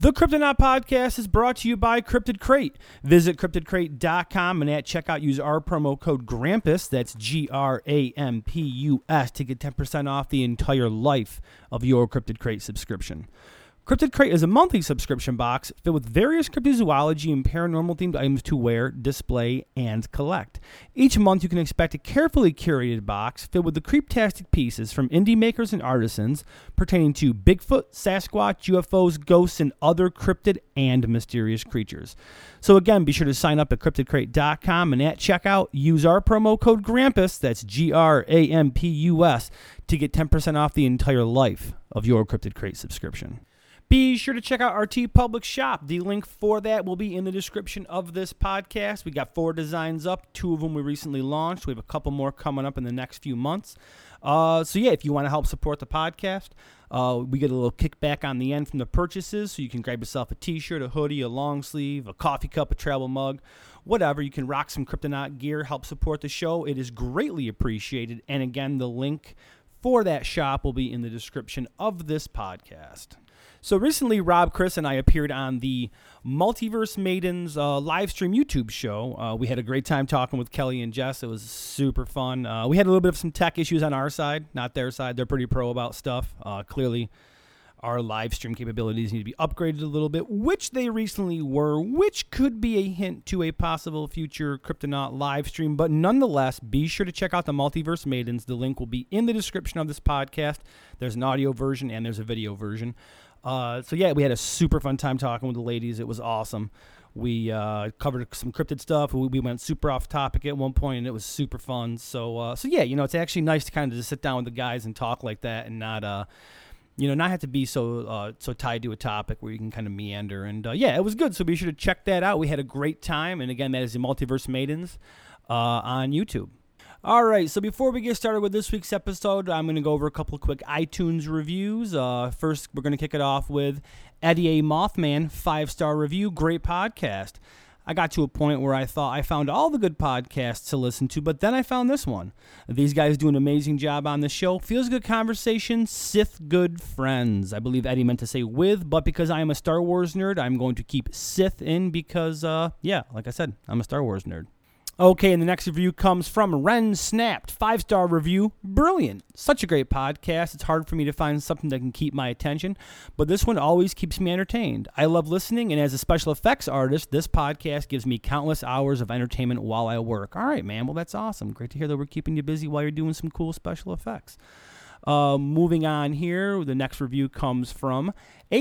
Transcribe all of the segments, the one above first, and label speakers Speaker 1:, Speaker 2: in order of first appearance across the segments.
Speaker 1: The Cryptonaut Podcast is brought to you by Cryptid Crate. Visit cryptidcrate.com and at checkout use our promo code GRAMPUS, that's G R A M P U S, to get 10% off the entire life of your Cryptid Crate subscription. Cryptid Crate is a monthly subscription box filled with various cryptozoology and paranormal themed items to wear, display, and collect. Each month, you can expect a carefully curated box filled with the creeptastic pieces from indie makers and artisans pertaining to Bigfoot, Sasquatch, UFOs, ghosts, and other cryptid and mysterious creatures. So, again, be sure to sign up at cryptidcrate.com and at checkout, use our promo code GRAMPUS, that's G R A M P U S, to get 10% off the entire life of your Cryptid Crate subscription. Be sure to check out our T Public shop. The link for that will be in the description of this podcast. We got four designs up, two of them we recently launched. We have a couple more coming up in the next few months. Uh, so, yeah, if you want to help support the podcast, uh, we get a little kickback on the end from the purchases. So, you can grab yourself a t shirt, a hoodie, a long sleeve, a coffee cup, a travel mug, whatever. You can rock some Kryptonaut gear, help support the show. It is greatly appreciated. And again, the link for that shop will be in the description of this podcast. So recently, Rob, Chris, and I appeared on the Multiverse Maidens uh, live stream YouTube show. Uh, we had a great time talking with Kelly and Jess. It was super fun. Uh, we had a little bit of some tech issues on our side, not their side. They're pretty pro about stuff. Uh, clearly, our live stream capabilities need to be upgraded a little bit, which they recently were, which could be a hint to a possible future Kryptonaut live stream. But nonetheless, be sure to check out the Multiverse Maidens. The link will be in the description of this podcast. There's an audio version and there's a video version. Uh, so yeah, we had a super fun time talking with the ladies. It was awesome. We uh, covered some cryptid stuff. We, we went super off topic at one point, and it was super fun. So uh, so yeah, you know, it's actually nice to kind of just sit down with the guys and talk like that, and not uh, you know, not have to be so uh, so tied to a topic where you can kind of meander. And uh, yeah, it was good. So be sure to check that out. We had a great time, and again, that is the Multiverse Maidens uh, on YouTube. All right, so before we get started with this week's episode, I'm going to go over a couple of quick iTunes reviews. Uh, first, we're going to kick it off with Eddie A. Mothman, five star review, great podcast. I got to a point where I thought I found all the good podcasts to listen to, but then I found this one. These guys do an amazing job on the show. Feels good conversation, Sith good friends. I believe Eddie meant to say with, but because I am a Star Wars nerd, I'm going to keep Sith in because, uh, yeah, like I said, I'm a Star Wars nerd. Okay, and the next review comes from Ren Snapped. Five star review. Brilliant. Such a great podcast. It's hard for me to find something that can keep my attention, but this one always keeps me entertained. I love listening, and as a special effects artist, this podcast gives me countless hours of entertainment while I work. All right, man. Well, that's awesome. Great to hear that we're keeping you busy while you're doing some cool special effects. Uh, moving on here, the next review comes from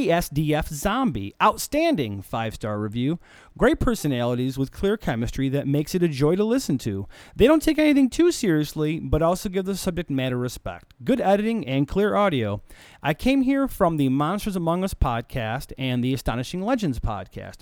Speaker 1: ASDF Zombie. Outstanding five star review. Great personalities with clear chemistry that makes it a joy to listen to. They don't take anything too seriously, but also give the subject matter respect. Good editing and clear audio. I came here from the Monsters Among Us podcast and the Astonishing Legends podcast.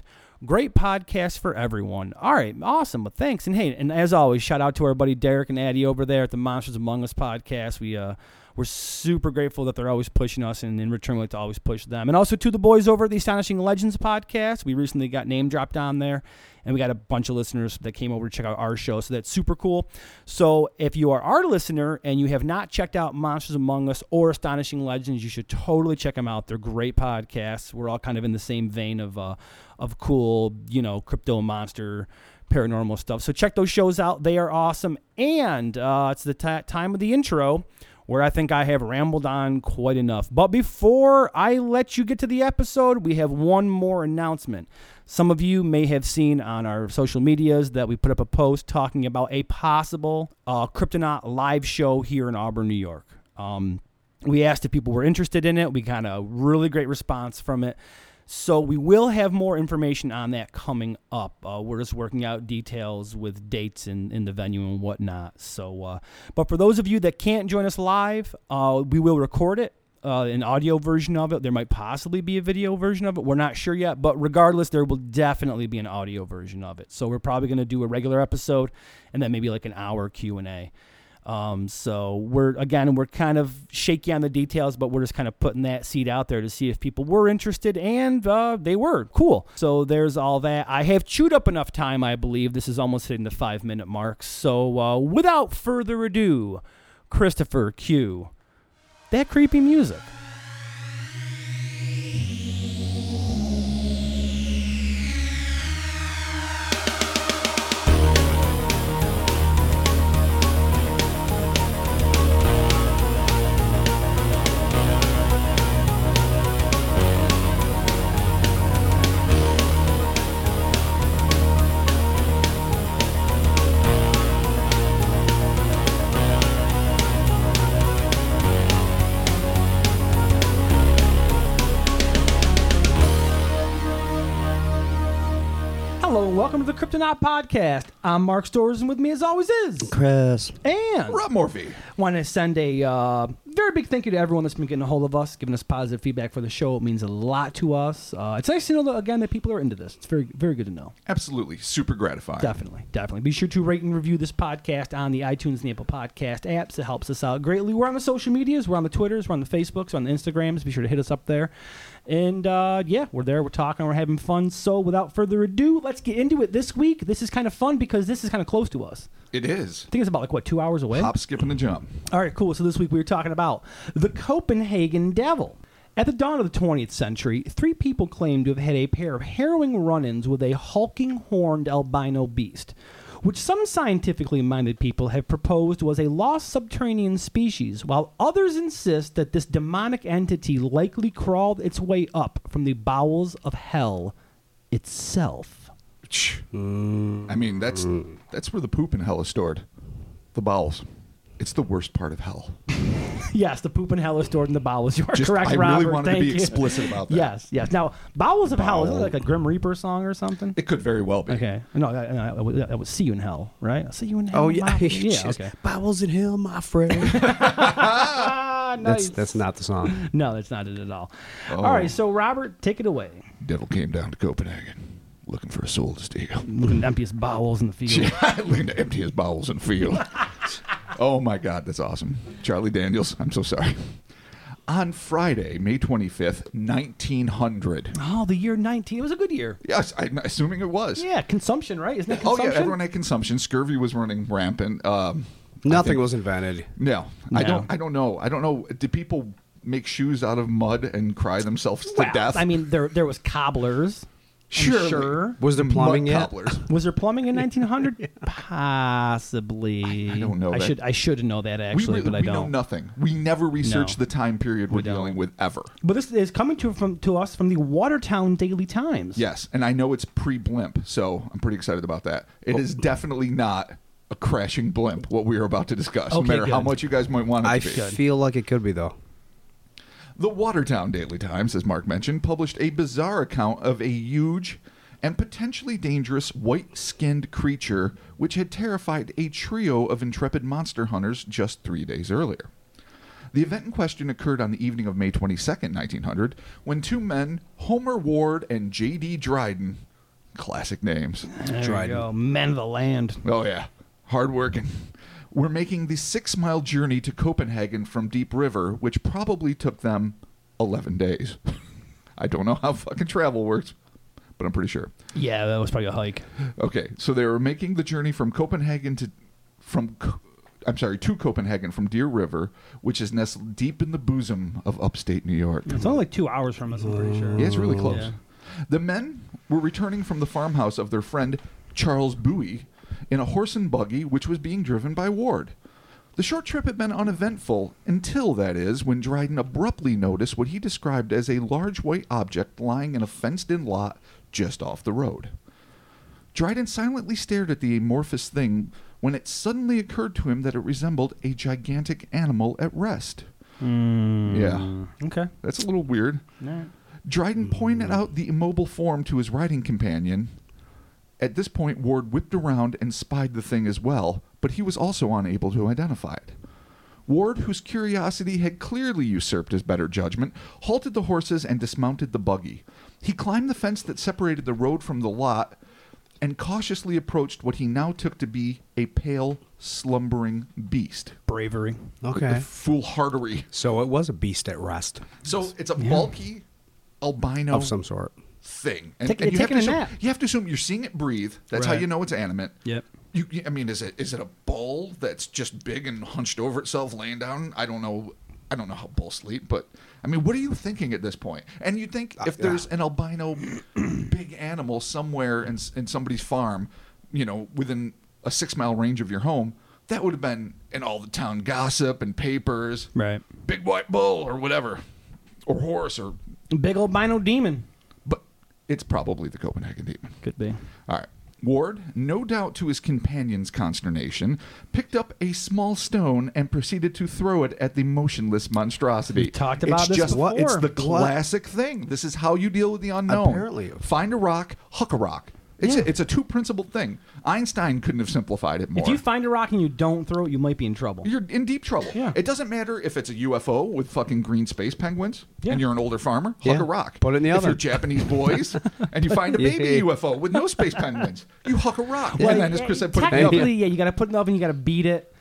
Speaker 1: Great podcast for everyone. All right, awesome. Well, thanks. And hey, and as always, shout out to our buddy Derek and Addy over there at the Monsters Among Us podcast. We uh, we're super grateful that they're always pushing us, and in return, we like to always push them. And also to the boys over at the Astonishing Legends podcast. We recently got name dropped on there, and we got a bunch of listeners that came over to check out our show. So that's super cool. So if you are our listener and you have not checked out Monsters Among Us or Astonishing Legends, you should totally check them out. They're great podcasts. We're all kind of in the same vein of uh, of cool, you know, crypto monster paranormal stuff. So check those shows out. They are awesome. And uh, it's the ti time of the intro where I think I have rambled on quite enough. But before I let you get to the episode, we have one more announcement. Some of you may have seen on our social medias that we put up a post talking about a possible uh, Kryptonaut live show here in Auburn, New York. Um, we asked if people were interested in it. We got a really great response from it. So we will have more information on that coming up. Uh, we're just working out details with dates and in the venue and whatnot. So, uh, but for those of you that can't join us live, uh, we will record it. Uh, an audio version of it. There might possibly be a video version of it. We're not sure yet, but regardless, there will definitely be an audio version of it. So we're probably going to do a regular episode, and then maybe like an hour Q and A. Um, so we're again we're kind of shaky on the details, but we're just kind of putting that seed out there to see if people were interested, and uh, they were. Cool. So there's all that. I have chewed up enough time, I believe. This is almost hitting the five minute mark. So uh, without further ado, Christopher Q. That creepy music. Hello and welcome to the Kryptonaut Podcast. I'm Mark Storrs, and with me, as always, is
Speaker 2: Chris.
Speaker 1: and
Speaker 3: Rob Morphy.
Speaker 1: want to send a uh, very big thank you to everyone that's been getting a hold of us, giving us positive feedback for the show. It means a lot to us. Uh, it's nice to know that again that people are into this. It's very very good to know.
Speaker 3: Absolutely. Super gratifying.
Speaker 1: Definitely, definitely. Be sure to rate and review this podcast on the iTunes and the Apple Podcast apps. It helps us out greatly. We're on the social medias. We're on the Twitters. We're on the Facebooks. We're on the Instagrams. Be sure to hit us up there. And uh, yeah, we're there. We're talking. We're having fun. So without further ado, let's get into it this week. This is kind of fun because this is kind of close to us.
Speaker 3: It is.
Speaker 1: I think it's about like what two hours away.
Speaker 3: Hop, skip, and a jump.
Speaker 1: All right, cool. So this week we were talking about the Copenhagen Devil. At the dawn of the 20th century, three people claimed to have had a pair of harrowing run ins with a hulking horned albino beast, which some scientifically minded people have proposed was a lost subterranean species, while others insist that this demonic entity likely crawled its way up from the bowels of hell itself.
Speaker 3: Tch. I mean, that's that's where the poop in hell is stored. The bowels. It's the worst part of hell.
Speaker 1: yes, the poop in hell is stored in the bowels. You are
Speaker 3: Just-
Speaker 1: correct,
Speaker 3: I really
Speaker 1: Robert.
Speaker 3: wanted to
Speaker 1: Thank
Speaker 3: be
Speaker 1: you.
Speaker 3: explicit about that.
Speaker 1: Yes, yes. Now, Bowels of Hell, isn't it
Speaker 3: Bow-
Speaker 1: like a Grim Reaper song or something?
Speaker 3: It could very well be.
Speaker 1: Okay. No, that, no, that was- that was See You in Hell, right? See You in Hell.
Speaker 2: Oh yeah,
Speaker 1: my- yeah, okay.
Speaker 2: Bowels in hell, my friend.
Speaker 1: Ah, nice.
Speaker 2: that's that's not the song.
Speaker 1: No, that's not it at all.
Speaker 3: Oh.
Speaker 1: All right, so Robert, take it away.
Speaker 3: Devil came down to Copenhagen looking for a soul to steal.
Speaker 1: Looking at emptiest bowels in the field.
Speaker 3: looking to empty his bowels and feel. oh my God, that's awesome. Charlie Daniels, I'm so sorry. On Friday, May 25th, 1900.
Speaker 1: Oh, the year 19. It was a good year.
Speaker 3: Yes, I'm assuming it was.
Speaker 1: Yeah, consumption, right? Isn't it
Speaker 3: Oh
Speaker 1: consumption?
Speaker 3: yeah, everyone had consumption. Scurvy was running rampant. Um,
Speaker 2: Nothing
Speaker 3: think-
Speaker 2: was invented.
Speaker 3: no, I
Speaker 1: No.
Speaker 3: don't. I don't know. I don't know. Did people make shoes out of mud and cry themselves
Speaker 1: Well,
Speaker 3: to death?
Speaker 1: I mean, there there was cobblers. I'm
Speaker 3: Surely.
Speaker 1: Sure.
Speaker 2: Was there plumbing
Speaker 3: mud
Speaker 2: yet?
Speaker 3: Cobblers.
Speaker 1: Was there plumbing in 1900? Possibly. I
Speaker 3: don't know
Speaker 1: I
Speaker 3: that.
Speaker 1: should I should know that actually,
Speaker 3: we really-
Speaker 1: but I
Speaker 3: we
Speaker 1: don't.
Speaker 3: know nothing. We never research
Speaker 1: No.
Speaker 3: the time period we're
Speaker 1: don't.
Speaker 3: dealing with ever.
Speaker 1: But this is coming to from to us from the Watertown Daily Times.
Speaker 3: Yes, and I know it's pre-blimp, so I'm pretty excited about that.
Speaker 2: Oh.
Speaker 3: It is definitely not a crashing blimp what we are about to discuss,
Speaker 1: Okay,
Speaker 3: no matter how
Speaker 1: good.
Speaker 3: much you guys might want it
Speaker 2: I
Speaker 3: to be.
Speaker 2: feel like it could be though.
Speaker 3: The Watertown Daily Times, as Mark mentioned, published a bizarre account of a huge and potentially dangerous white skinned creature which had terrified a trio of intrepid monster hunters just three days earlier. The event in question occurred on the evening of May 22nd, 1900, when two men, Homer Ward and J.D. Dryden, classic names.
Speaker 1: There
Speaker 2: Dryden.
Speaker 1: you go. Men of the land.
Speaker 3: Oh yeah, hard working. We're making the six mile journey to Copenhagen from Deep River, which probably took them eleven days. I don't know how fucking travel works, but I'm pretty sure.
Speaker 1: Yeah, that was probably a hike.
Speaker 3: Okay, so they were making the journey from Copenhagen to from Co- I'm sorry to Copenhagen from Deer River, which is nestled deep in the bosom of upstate New York.
Speaker 1: It's only like two hours from us, I'm pretty sure.
Speaker 3: Yeah, it's really close.
Speaker 1: Yeah.
Speaker 3: The men were returning from the farmhouse of their friend Charles Bowie in a horse and buggy which was being driven by Ward. The short trip had been uneventful until, that is, when Dryden abruptly noticed what he described as a large white object lying in a fenced in lot just off the road. Dryden silently stared at the amorphous thing when it suddenly occurred to him that it resembled a gigantic animal at rest. Yeah,
Speaker 1: Okay.
Speaker 3: that's a little weird. Dryden
Speaker 2: Mm.
Speaker 3: pointed out the immobile form to his riding companion. At this point, Ward whipped around and spied the thing as well, but he was also unable to identify it. Ward, whose curiosity had clearly usurped his better judgment, halted the horses and dismounted the buggy. He climbed the fence that separated the road from the lot and cautiously approached what he now took to be a pale, slumbering beast.
Speaker 1: Bravery.
Speaker 2: Okay.
Speaker 3: Foolhardery.
Speaker 2: So it was a beast at rest
Speaker 3: So it's a bulky albino
Speaker 2: of some sort.
Speaker 3: thing. And,
Speaker 1: Take-
Speaker 3: and you, have
Speaker 1: taking
Speaker 3: to
Speaker 1: a
Speaker 3: assume,
Speaker 1: nap.
Speaker 3: you have to assume you're seeing it breathe. That's how
Speaker 1: Right.
Speaker 3: you know it's animate.
Speaker 1: Yep.
Speaker 3: You, you- I mean, is it is it a bull that's just big and hunched over itself, laying down? I don't know. I don't know how bulls sleep, but I mean, what are you thinking at this point? And you
Speaker 1: Uh,
Speaker 3: think if there's an albino big animal somewhere in s- in somebody's farm, you know, within a six mile range of your home, that would have been in all the town gossip and papers,
Speaker 1: Right.
Speaker 3: big white bull or whatever, or horse or.
Speaker 1: Big old bino demon.
Speaker 3: But it's probably the Copenhagen demon.
Speaker 1: Could be.
Speaker 3: All right. Ward, no doubt to his companion's consternation, picked up a small stone and proceeded to throw it at the motionless monstrosity.
Speaker 1: We talked about
Speaker 3: it's
Speaker 1: this
Speaker 3: just,
Speaker 1: before.
Speaker 3: It's the
Speaker 1: What?
Speaker 3: classic thing. This is how you deal with the unknown.
Speaker 2: Apparently.
Speaker 3: Find a rock, huck a rock. It's,
Speaker 1: Yeah.
Speaker 3: a, it's a two principled thing. Einstein couldn't have simplified it more.
Speaker 1: If you find a rock and you don't throw it, you might be in trouble.
Speaker 3: you're in deep trouble.
Speaker 1: Yeah.
Speaker 3: It doesn't matter if it's a UFO with fucking green space penguins
Speaker 1: Yeah.
Speaker 3: and you're an older farmer, hug
Speaker 2: Yeah.
Speaker 3: a rock.
Speaker 2: Put it in the
Speaker 3: if
Speaker 2: oven.
Speaker 3: you're Japanese boys and you find a baby
Speaker 2: Yeah.
Speaker 3: UFO with no space penguins, you hug a rock. and then, as Chris said, put it in the
Speaker 1: technically,
Speaker 3: oven.
Speaker 1: yeah, you got to put it in the oven. You got to beat it.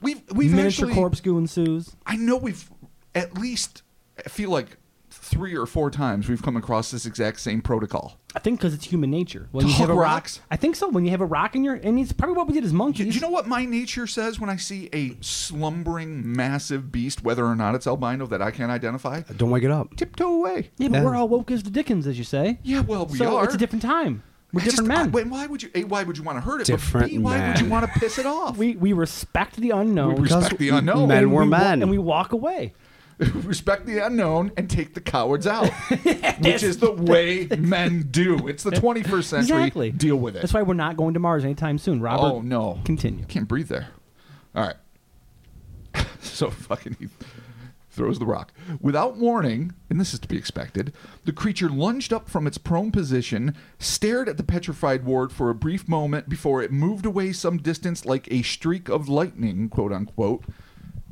Speaker 3: We've, we've
Speaker 1: Miniature
Speaker 3: actually,
Speaker 1: corpse goo ensues.
Speaker 3: I know we've at least, I feel like three or four times we've come across this exact same protocol.
Speaker 1: I think because it's human nature. When
Speaker 3: To
Speaker 1: you have a
Speaker 3: hug
Speaker 1: rock,
Speaker 3: rocks?
Speaker 1: I think so. When you have a rock in your, and it's probably what we did as
Speaker 3: Do,
Speaker 1: monkeys.
Speaker 3: do you know what my nature says when I see a slumbering massive beast, whether or not it's albino that I can't identify?
Speaker 2: Don't wake it up.
Speaker 3: Tiptoe away.
Speaker 1: Yeah, but
Speaker 2: Yeah.
Speaker 1: we're all woke as the Dickens, as you say.
Speaker 3: Yeah, well, we
Speaker 1: so
Speaker 3: are.
Speaker 1: it's a different time. We're
Speaker 3: I
Speaker 1: different
Speaker 3: just- I-
Speaker 1: men.
Speaker 3: wait, why would you? A, why would you want to hurt it?
Speaker 2: Different
Speaker 3: but B, why would you
Speaker 2: man.
Speaker 3: want to piss it off?
Speaker 1: we we respect the unknown.
Speaker 3: We
Speaker 2: Because
Speaker 3: respect the unknown.
Speaker 2: men were
Speaker 1: we wa-
Speaker 2: men.
Speaker 1: and we walk away.
Speaker 3: respect the unknown and take the cowards out, which is the way men do. It's the 21st century.
Speaker 1: Exactly.
Speaker 3: Deal with it.
Speaker 1: That's why we're not going to Mars anytime soon, Robert.
Speaker 3: oh no!
Speaker 1: Continue.
Speaker 3: Can't breathe there. All right. so fucking he throws the rock without warning, and this is to be expected. The creature lunged up from its prone position, stared at the petrified ward for a brief moment before it moved away some distance like a streak of lightning, quote unquote,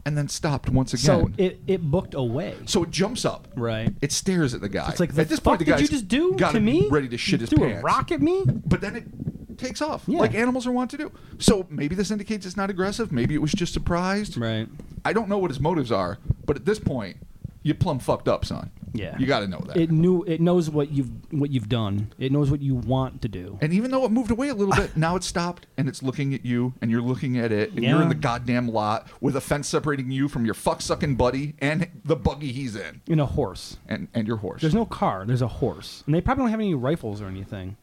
Speaker 3: and then stopped once
Speaker 1: So
Speaker 3: again.
Speaker 1: it, it booked away.
Speaker 3: So it jumps up.
Speaker 1: Right.
Speaker 3: It stares at the guy.
Speaker 1: It's like the
Speaker 3: at this
Speaker 1: fuck
Speaker 3: point, the
Speaker 1: did
Speaker 3: guy's
Speaker 1: you just do
Speaker 3: gotta
Speaker 1: to me?
Speaker 3: be ready to shit
Speaker 1: you
Speaker 3: his
Speaker 1: threw
Speaker 3: pants.
Speaker 1: a rock at me.
Speaker 3: But then it takes off
Speaker 1: Yeah.
Speaker 3: like animals are wont to do. So maybe this indicates it's not aggressive. Maybe it was just surprised.
Speaker 1: Right.
Speaker 3: I don't know what his motives are, but at this point, you plumb fucked up, son.
Speaker 1: Yeah.
Speaker 3: You got to know that.
Speaker 1: It knew. It knows what you've what you've done. It knows what you want to do.
Speaker 3: and even though it moved away a little bit, now it's stopped and it's looking at you and you're looking at it and you're
Speaker 1: Yeah.
Speaker 3: in the goddamn lot with a fence separating you from your fuck sucking buddy and the buggy he's in
Speaker 1: In a horse.
Speaker 3: and, and your horse.
Speaker 1: There's no car. There's a horse, and they probably don't have any rifles or anything.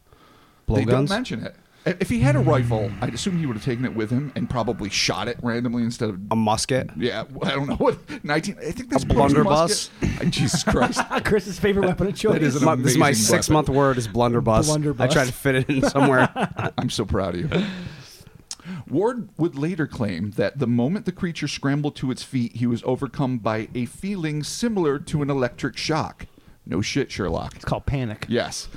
Speaker 3: They don't
Speaker 2: Blowguns?
Speaker 3: mention it. I- If he had a rifle,
Speaker 1: Mm.
Speaker 3: I'd assume he would have taken it with him and probably shot it randomly instead of.
Speaker 2: A musket.
Speaker 3: Yeah, I don't know what nineteen. I think that's
Speaker 2: A
Speaker 3: what it was,
Speaker 2: blunderbuss?
Speaker 3: musket. Uh, Jesus Christ!
Speaker 1: Ah, Chris's favorite weapon of choice.
Speaker 3: That is an
Speaker 2: My- this is my
Speaker 3: amazing
Speaker 2: six
Speaker 3: weapon.
Speaker 2: month word is blunderbuss.
Speaker 1: Blunderbuss.
Speaker 2: I tried to fit it in somewhere.
Speaker 3: I'm so proud of you. Ward would later claim that the moment the creature scrambled to its feet, he was overcome by a feeling similar to an electric shock. No shit, Sherlock.
Speaker 1: It's called panic.
Speaker 3: Yes.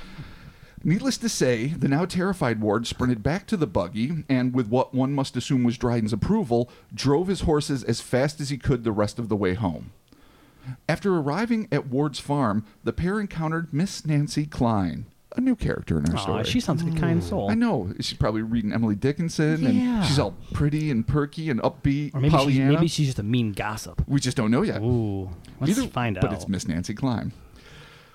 Speaker 3: Needless to say, the now terrified Ward sprinted back to the buggy and, with what one must assume was Dryden's approval, drove his horses as fast as he could the rest of the way home. After arriving at Ward's farm, the pair encountered Miss Nancy Klein, a new character in our
Speaker 1: Aw,
Speaker 3: story.
Speaker 1: she sounds like a kind soul.
Speaker 3: I know she's probably reading Emily Dickinson,
Speaker 1: Yeah.
Speaker 3: and she's all pretty and perky and upbeat,
Speaker 1: Or maybe she's,
Speaker 3: Pollyanna.
Speaker 1: maybe she's just a mean gossip.
Speaker 3: we just don't know yet.
Speaker 1: Ooh, let's
Speaker 3: Either-
Speaker 1: find out.
Speaker 3: But it's Miss Nancy Klein,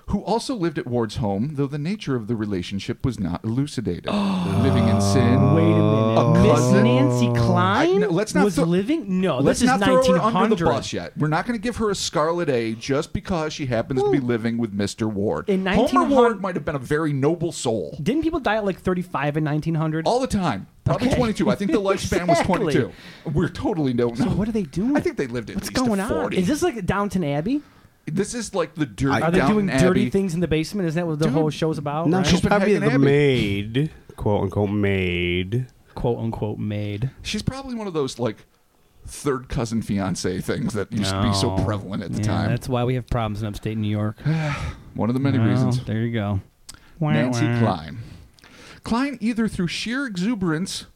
Speaker 3: who also lived at Ward's home, though the nature of the relationship was not elucidated. Living in sin.
Speaker 1: Wait a minute,
Speaker 3: A
Speaker 1: Miss
Speaker 3: cousin?
Speaker 1: Nancy Klein
Speaker 3: I- no, let's not
Speaker 1: was
Speaker 3: throw-
Speaker 1: living. No,
Speaker 3: Let's
Speaker 1: this
Speaker 3: not
Speaker 1: is
Speaker 3: throw her
Speaker 1: 1900.
Speaker 3: under the bus yet. We're not going to give her a scarlet A just because she happens to be living with Mr. Ward.
Speaker 1: In
Speaker 3: Homer
Speaker 1: 1900
Speaker 3: Ward might have been a very noble soul
Speaker 1: Didn't people die at like 35 in 1900?
Speaker 3: all the time. Probably
Speaker 1: Okay.
Speaker 3: 22. I think the lifespan was
Speaker 1: Exactly.
Speaker 3: 22. We're totally no.
Speaker 1: so what are they doing?
Speaker 3: I think they lived at
Speaker 1: What's
Speaker 3: least to
Speaker 1: going on?
Speaker 3: 40.
Speaker 1: Is this like Downton Abbey?
Speaker 3: This is like the dirty.
Speaker 1: Are they
Speaker 3: Downton
Speaker 1: doing
Speaker 3: Abbey.
Speaker 1: dirty things in the basement? Isn't that what the
Speaker 3: Dude,
Speaker 1: whole show's about?
Speaker 2: no,
Speaker 1: right?
Speaker 2: she's
Speaker 3: been
Speaker 2: probably
Speaker 3: hanging
Speaker 2: the
Speaker 3: Abby.
Speaker 2: maid, quote unquote maid.
Speaker 1: quote unquote maid.
Speaker 3: She's probably one of those like third cousin fiance things that used to be so
Speaker 1: No.
Speaker 3: prevalent at the
Speaker 1: Yeah,
Speaker 3: time.
Speaker 1: That's why we have problems in upstate New York.
Speaker 3: One of the many
Speaker 1: Well,
Speaker 3: reasons.
Speaker 1: There you go.
Speaker 3: Nancy
Speaker 1: Wah, wah.
Speaker 3: Klein. Klein, either through sheer exuberance,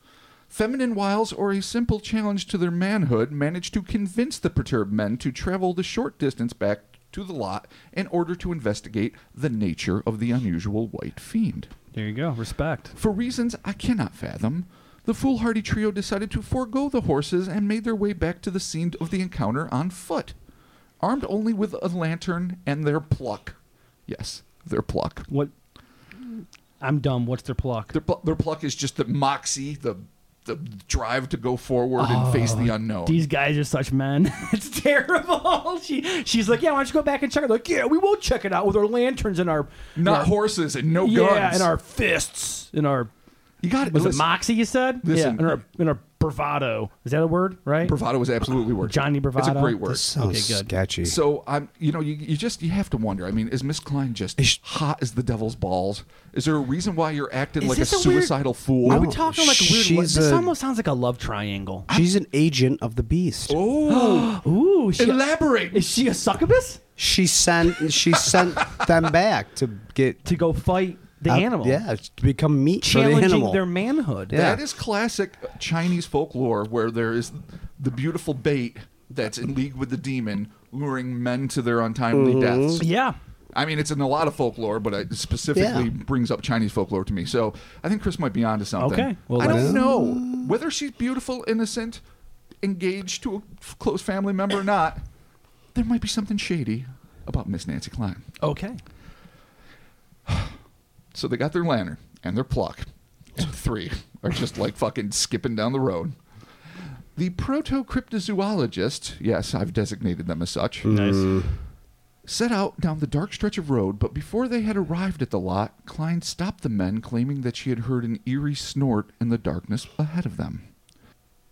Speaker 3: feminine wiles, or a simple challenge to their manhood, managed to convince the perturbed men to travel the short distance back to the lot in order to investigate the nature of the unusual white fiend.
Speaker 1: There you go. Respect.
Speaker 3: For reasons I cannot fathom, the foolhardy trio decided to forego the horses and made their way back to the scene of the encounter on foot, armed only with a lantern and their pluck. Yes, their pluck.
Speaker 1: What? I'm dumb. What's their pluck?
Speaker 3: Their, pl- their pluck is just the moxie, the the drive to go forward and face the unknown.
Speaker 1: Oh, These guys are such men. it's terrible. she she's like, yeah, why don't you go back and check it? Like, yeah, we will check it out with our lanterns and our
Speaker 3: Not
Speaker 1: our,
Speaker 3: horses and no
Speaker 1: yeah,
Speaker 3: guns.
Speaker 1: and our fists and our
Speaker 3: you got it.
Speaker 1: was it
Speaker 3: Listen,
Speaker 1: moxie? You said
Speaker 3: Listen.
Speaker 1: yeah, and our and our bravado. Is that a word? Right?
Speaker 3: bravado is absolutely word.
Speaker 1: Johnny
Speaker 3: It's a
Speaker 1: Bravado.
Speaker 3: great word.
Speaker 2: This sounds
Speaker 1: Okay, good.
Speaker 2: sketchy.
Speaker 3: So I'm, you know, you, you just you have to wonder. I mean, is Miss Klein just
Speaker 2: Is sh-
Speaker 3: hot as the devil's balls? Is there a reason why you're acting
Speaker 1: Is
Speaker 3: like a
Speaker 1: this a weird-
Speaker 3: suicidal fool?
Speaker 1: Are we
Speaker 2: No,
Speaker 1: talking like a weird? lo-
Speaker 2: she's
Speaker 1: this
Speaker 2: a-
Speaker 1: almost sounds like a love triangle.
Speaker 2: She's an agent of the beast.
Speaker 3: oh,
Speaker 1: Ooh, she,
Speaker 3: elaborate.
Speaker 1: is she a succubus?
Speaker 2: She sent she sent them back to get
Speaker 1: to go fight the
Speaker 2: Uh,
Speaker 1: animal.
Speaker 2: Yeah, it's to become meat for the
Speaker 1: Challenging
Speaker 2: animal.
Speaker 1: their manhood.
Speaker 2: Yeah.
Speaker 3: That is classic Chinese folklore where there is the beautiful bait that's in league with the demon, luring men to their untimely
Speaker 1: Mm-hmm.
Speaker 3: deaths.
Speaker 1: Yeah.
Speaker 3: I mean, it's in a lot of folklore, but it specifically
Speaker 2: Yeah.
Speaker 3: brings up Chinese folklore to me. So I think Chris might be onto something.
Speaker 1: Okay. Well,
Speaker 3: I
Speaker 1: let's-
Speaker 3: don't know whether she's beautiful, innocent, engaged to a f- close family member or not. There might be something shady about Miss Nancy Klein.
Speaker 1: Okay.
Speaker 3: So they got their lantern and their pluck. And three are just like fucking skipping down the road. The proto cryptozoologist, yes, I've designated them as such,
Speaker 1: Nice.
Speaker 3: set out down the dark stretch of road, but before they had arrived at the lot, Klein stopped the men, claiming that she had heard an eerie snort in the darkness ahead of them.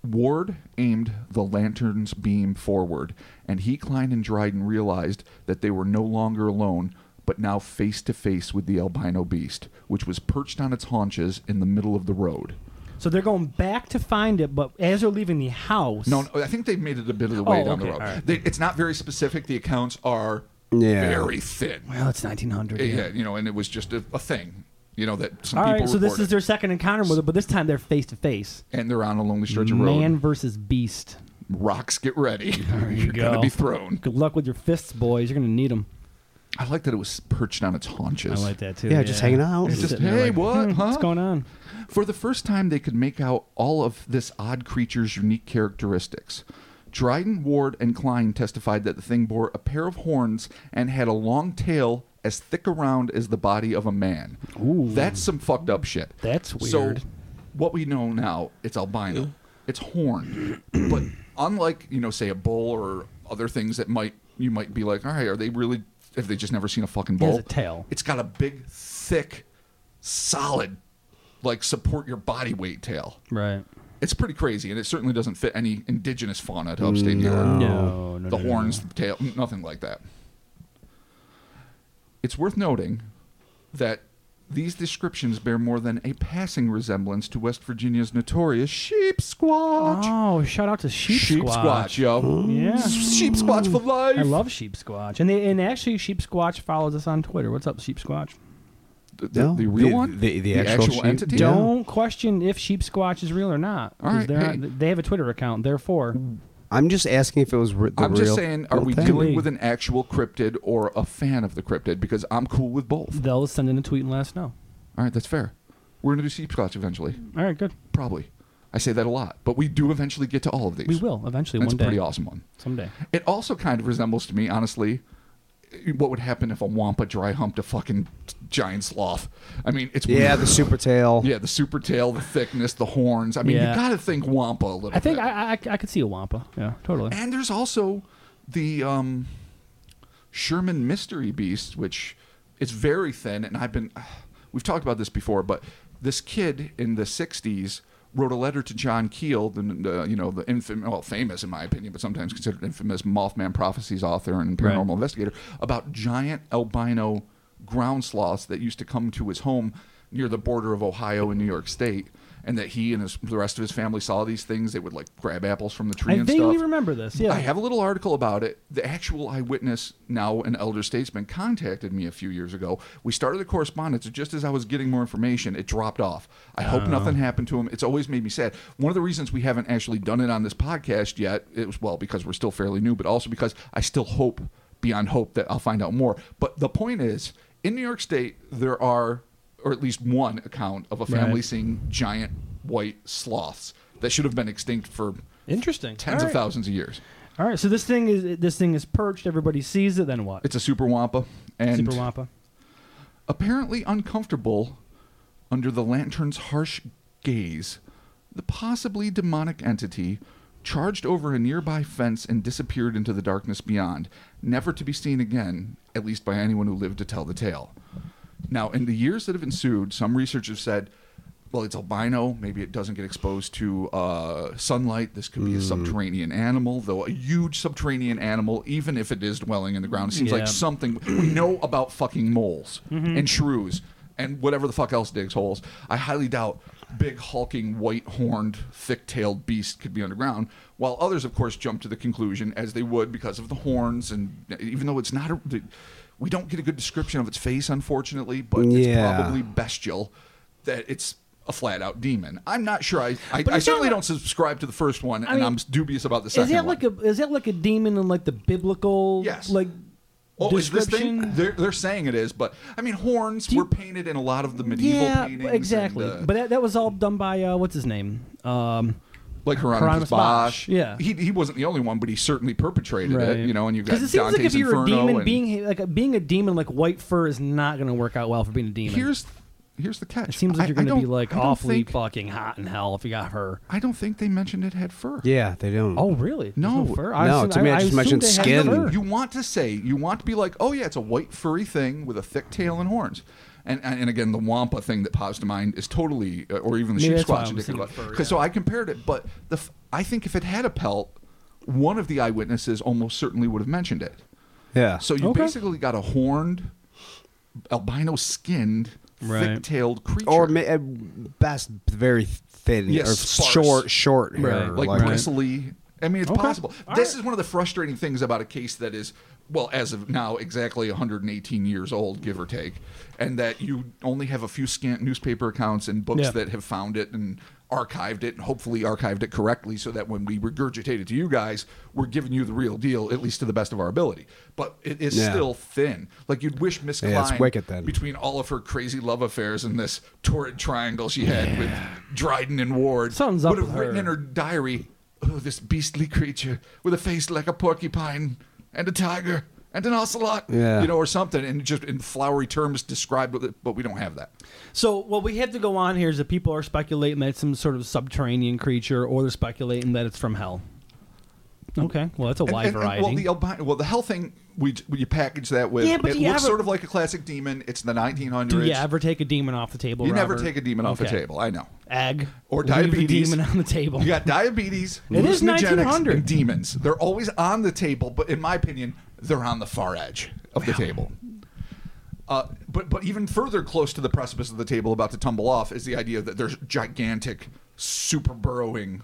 Speaker 3: Ward aimed the lantern's beam forward, and he, Klein, and Dryden realized that they were no longer alone, but now face to face with the albino beast, which was perched on its haunches in the middle of the road.
Speaker 1: So they're going back to find it, but as they're leaving the house.
Speaker 3: No, no I think they've made it a bit of the
Speaker 1: Oh,
Speaker 3: way down
Speaker 1: okay,
Speaker 3: the road.
Speaker 1: all right.
Speaker 3: They, it's not very specific. The accounts are
Speaker 2: Yeah.
Speaker 3: very thin.
Speaker 1: Well, it's 1900.
Speaker 3: yeah, you know, and it was just a, a thing, you know, that some
Speaker 1: All
Speaker 3: people
Speaker 1: right. So this
Speaker 3: reported.
Speaker 1: is their second encounter with it, but this time they're face to face.
Speaker 3: and they're on a lonely stretch of road.
Speaker 1: Man versus beast.
Speaker 3: Rocks get ready.
Speaker 1: There you
Speaker 3: You're
Speaker 1: go.
Speaker 3: gonna be thrown.
Speaker 1: Good luck with your fists, boys. You're gonna need them.
Speaker 3: I like that it was perched on its haunches.
Speaker 1: that too.
Speaker 2: yeah, just hanging out.
Speaker 1: It's
Speaker 3: Just
Speaker 1: Sitting there
Speaker 3: hey,
Speaker 1: like, hmm,
Speaker 3: what? Huh?
Speaker 1: What's going on?
Speaker 3: For the first time, they could make out all of this odd creature's unique characteristics. Dryden, Ward, and Klein testified that the thing bore a pair of horns and had a long tail as thick around as the body of a man.
Speaker 1: Ooh.
Speaker 3: That's some fucked up shit.
Speaker 1: That's
Speaker 3: So,
Speaker 1: weird.
Speaker 3: what we know now, it's albino. It's horned. but unlike, you know, say a bull or other things that might, you might be like, all right, are they really, have they just never seen a fucking
Speaker 1: It has
Speaker 3: bull?
Speaker 1: a tail.
Speaker 3: It's got a big, thick, solid, like support your body weight tail.
Speaker 1: Right.
Speaker 3: It's pretty crazy, and it certainly doesn't fit any indigenous fauna to upstate New York.
Speaker 1: No, no,
Speaker 3: the
Speaker 1: no, no,
Speaker 3: horns, the tail, nothing like that. It's worth noting that these descriptions bear more than a passing resemblance to West Virginia's notorious sheep squatch.
Speaker 1: Oh, shout out to Sheep,
Speaker 3: sheep squatch, yo.
Speaker 1: Yeah.
Speaker 3: Sheep squatch for life.
Speaker 1: I love Sheep Squatch, and they, and actually Sheep Squatch follows us on Twitter. What's up, Sheep Squatch?
Speaker 3: the, the,
Speaker 2: No,
Speaker 3: the real
Speaker 2: the-
Speaker 3: one.
Speaker 2: the- the actual sheep?
Speaker 3: entity.
Speaker 2: Yeah.
Speaker 1: Don't question if Sheep Squatch is real or not. 'cause
Speaker 3: All right,
Speaker 1: they're
Speaker 3: hey.
Speaker 1: not- they have a Twitter account, therefore.
Speaker 2: I'm just asking if it was re- the
Speaker 3: I'm just
Speaker 2: real
Speaker 3: saying, are we
Speaker 2: thing.
Speaker 3: dealing with an actual cryptid or a fan of the cryptid? Because I'm cool with both.
Speaker 1: They'll send in a tweet and let us know.
Speaker 3: All right, that's fair. We're going to do Sea Scotch eventually.
Speaker 1: All right, good.
Speaker 3: Probably. I say that a lot, but we do eventually get to all of these.
Speaker 1: We will eventually
Speaker 3: And it's
Speaker 1: one
Speaker 3: a
Speaker 1: day.
Speaker 3: pretty awesome one.
Speaker 1: Someday.
Speaker 3: It also kind of resembles to me, honestly, what would happen if a wampa dry humped a fucking giant sloth. I mean, it's
Speaker 2: Yeah, the super tail.
Speaker 3: yeah, the super tail, the thickness, the horns. I mean,
Speaker 1: Yeah.
Speaker 3: you got to think wampa a little.
Speaker 1: I think
Speaker 3: bit.
Speaker 1: I, I I could see a Wampa. Yeah, totally.
Speaker 3: And there's also the um, Sherman Mystery Beast, which it's very thin. And I've been, we've talked about this before, but this kid in the '60s wrote a letter to John Keel, the, the you know the infamous, well, famous in my opinion, but sometimes considered infamous Mothman Prophecies author and paranormal
Speaker 1: Right.
Speaker 3: investigator about giant albino ground sloths that used to come to his home near the border of Ohio and New York State. And that he and his, the rest of his family saw these things. They would like grab apples from the tree
Speaker 1: I
Speaker 3: and stuff.
Speaker 1: vaguely remember this. Yeah.
Speaker 3: I have a little article about it. The actual eyewitness, now an elder statesman, contacted me a few years ago. We started the correspondence. Just as I was getting more information, it dropped off. I hope
Speaker 1: Oh.
Speaker 3: nothing happened to him. It's always made me sad. One of the reasons we haven't actually done it on this podcast yet, it was well, because we're still fairly new, but also because I still hope beyond hope that I'll find out more. But the point is, in New York State, there are, or at least one account of a family
Speaker 1: Right.
Speaker 3: seeing giant white sloths that should have been extinct for
Speaker 1: Interesting.
Speaker 3: tens
Speaker 1: All
Speaker 3: of
Speaker 1: right.
Speaker 3: thousands of years.
Speaker 1: All right. So this thing is this thing is perched. Everybody sees it. Then what?
Speaker 3: It's a super wampa, and
Speaker 1: Super Wampa.
Speaker 3: apparently uncomfortable under the lantern's harsh gaze, the possibly demonic entity charged over a nearby fence and disappeared into the darkness beyond, never to be seen again, at least by anyone who lived to tell the tale. Now, in the years that have ensued, some researchers said, well, it's albino. Maybe it doesn't get exposed to uh, sunlight. This could be a subterranean animal, though a huge subterranean animal, even if it is dwelling in the ground. It seems
Speaker 1: Yeah.
Speaker 3: like something we know about fucking moles
Speaker 1: Mm-hmm.
Speaker 3: and shrews and whatever the fuck else digs holes. I highly doubt big hulking white horned thick tailed beast could be underground while others of course jump to the conclusion as they would because of the horns and even though it's not a, the, We don't get a good description of its face, unfortunately, but
Speaker 2: Yeah.
Speaker 3: it's probably bestial. That it's a flat out demon. I'm not sure. I I, I
Speaker 1: is
Speaker 3: certainly
Speaker 1: that-
Speaker 3: don't subscribe to the first one, and
Speaker 1: mean,
Speaker 3: I'm dubious about the
Speaker 1: Is
Speaker 3: second
Speaker 1: that
Speaker 3: one.
Speaker 1: like a is that like a demon in like the biblical
Speaker 3: Yes.
Speaker 1: like
Speaker 3: Oh, is this
Speaker 1: description?
Speaker 3: thing? They're, they're saying it is, but I mean, horns
Speaker 1: you-
Speaker 3: were painted in a lot of the medieval
Speaker 1: yeah,
Speaker 3: paintings. and,
Speaker 1: exactly.
Speaker 3: uh,
Speaker 1: but that, that was all done by uh, what's his name? Um,
Speaker 3: like Hieronymus,
Speaker 1: Hieronymus Bosch,
Speaker 3: Bosch,
Speaker 1: yeah.
Speaker 3: he, he wasn't the only one, but he certainly perpetrated
Speaker 1: right.
Speaker 3: it. You know, and you got
Speaker 1: because it seems like if
Speaker 3: Dante's
Speaker 1: you're
Speaker 3: Inferno
Speaker 1: a demon,
Speaker 3: and-
Speaker 1: being like a- being a demon like white fur is not going to work out well for being a demon.
Speaker 3: here's here's the catch.
Speaker 1: it seems like
Speaker 3: I-
Speaker 1: you're
Speaker 3: I
Speaker 1: going to be
Speaker 3: don't-
Speaker 1: like
Speaker 3: I don't
Speaker 1: awfully
Speaker 3: think-
Speaker 1: fucking hot in hell if you got her.
Speaker 3: I don't think they mentioned it had fur.
Speaker 2: Yeah, they don't.
Speaker 1: Oh really? There's
Speaker 3: No.
Speaker 1: fur?
Speaker 2: No,
Speaker 1: assume-
Speaker 2: to me, I just
Speaker 1: assume
Speaker 2: mentioned
Speaker 1: they had
Speaker 2: skin.
Speaker 1: fur.
Speaker 3: You want to say, you want to be like, oh yeah, it's a white furry thing with a thick tail and horns. And, and and again, the Wampa thing that pops to mind is totally, uh, or even the
Speaker 1: Maybe
Speaker 3: sheep
Speaker 1: that's why I
Speaker 3: squatch.
Speaker 1: was thinking
Speaker 3: indicative.
Speaker 1: fur,
Speaker 3: 'Cause So I compared it, but the f- I think if it had a pelt, one of the eyewitnesses almost certainly would have mentioned it.
Speaker 2: yeah.
Speaker 3: So you
Speaker 1: Okay.
Speaker 3: basically got a horned, albino skinned,
Speaker 1: Right.
Speaker 3: thick tailed creature.
Speaker 2: or ma- at best very thin
Speaker 3: Yes,
Speaker 2: or
Speaker 3: sparse.
Speaker 2: short, short hair,
Speaker 1: Right.
Speaker 3: like, bristly. I mean, it's
Speaker 1: Okay.
Speaker 3: possible.
Speaker 1: All
Speaker 3: this
Speaker 1: right.
Speaker 3: is one of the frustrating things about a case that is, well, as of now, exactly 118 years old, give or take, and that you only have a few scant newspaper accounts and books
Speaker 1: Yeah.
Speaker 3: that have found it and archived it and hopefully archived it correctly so that when we regurgitate it to you guys, we're giving you the real deal, at least to the best of our ability. But it is
Speaker 2: Yeah.
Speaker 3: still thin. Like you'd wish Miss
Speaker 2: Yeah, it's
Speaker 3: Klein,
Speaker 2: wicked then.
Speaker 3: between all of her crazy love affairs and this torrid triangle she had with Dryden and Ward,
Speaker 1: Something's up
Speaker 3: would have
Speaker 1: with
Speaker 3: written
Speaker 1: her.
Speaker 3: in her diary, "Oh, this beastly creature with a face like a porcupine and a tiger and an ocelot,
Speaker 2: Yeah.
Speaker 3: you know, or something," and just in flowery terms described with it. But we don't have that.
Speaker 1: So what we have to go on here is that people are speculating that it's some sort of subterranean creature, or they're speculating that it's from hell. Okay, well that's a
Speaker 3: Hmm. And-
Speaker 1: wide
Speaker 3: and- and,
Speaker 1: variety.
Speaker 3: well, the albino, well, the hell thing we you package that with.
Speaker 1: Yeah, but
Speaker 3: it
Speaker 1: do you
Speaker 3: looks
Speaker 1: ever-
Speaker 3: sort of like a classic demon. It's the 1900s.
Speaker 1: Do you ever take a demon off the table?
Speaker 3: You never
Speaker 1: Robert?
Speaker 3: take a demon off
Speaker 1: Okay.
Speaker 3: a table. I know.
Speaker 1: Egg
Speaker 3: Or
Speaker 1: leave a
Speaker 3: diabetes.
Speaker 1: demon on the table.
Speaker 3: You got diabetes,
Speaker 1: It is
Speaker 3: hallucinogenics,
Speaker 1: 1900.
Speaker 3: and demons. They're always on the table, but in my opinion, they're on the far edge of the table. Uh, but but even further close to the precipice of the table, about to tumble off, is the idea that there's gigantic, super burrowing,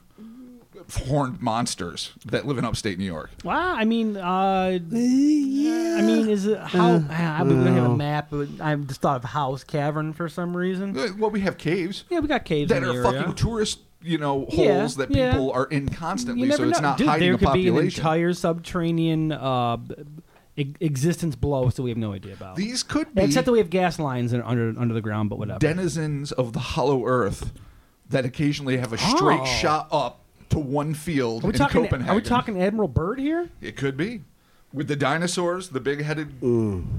Speaker 3: horned monsters that live in upstate New York.
Speaker 1: Well, I mean, uh, yeah. Uh, I mean, is it how? I mean, we don't have a map, but I just thought of house cavern for some reason.
Speaker 3: Uh, Well, we have caves
Speaker 1: Yeah, we got caves
Speaker 3: that
Speaker 1: in the
Speaker 3: are
Speaker 1: area.
Speaker 3: fucking tourist, you know, holes
Speaker 1: Yeah,
Speaker 3: that
Speaker 1: yeah.
Speaker 3: people are in constantly.
Speaker 1: You never
Speaker 3: so it's
Speaker 1: know.
Speaker 3: not
Speaker 1: Dude,
Speaker 3: hiding
Speaker 1: there
Speaker 3: the
Speaker 1: could
Speaker 3: population.
Speaker 1: be an entire subterranean uh, b- e- existence below us that we have no idea about.
Speaker 3: These could be
Speaker 1: Except that we have gas lines in, under under the ground, but whatever.
Speaker 3: denizens of the hollow earth that occasionally have a straight
Speaker 1: Oh.
Speaker 3: shot up to one field
Speaker 1: are we
Speaker 3: in
Speaker 1: talking?
Speaker 3: Copenhagen.
Speaker 1: Are we talking Admiral Byrd here?
Speaker 3: It could be. With the dinosaurs, the big headed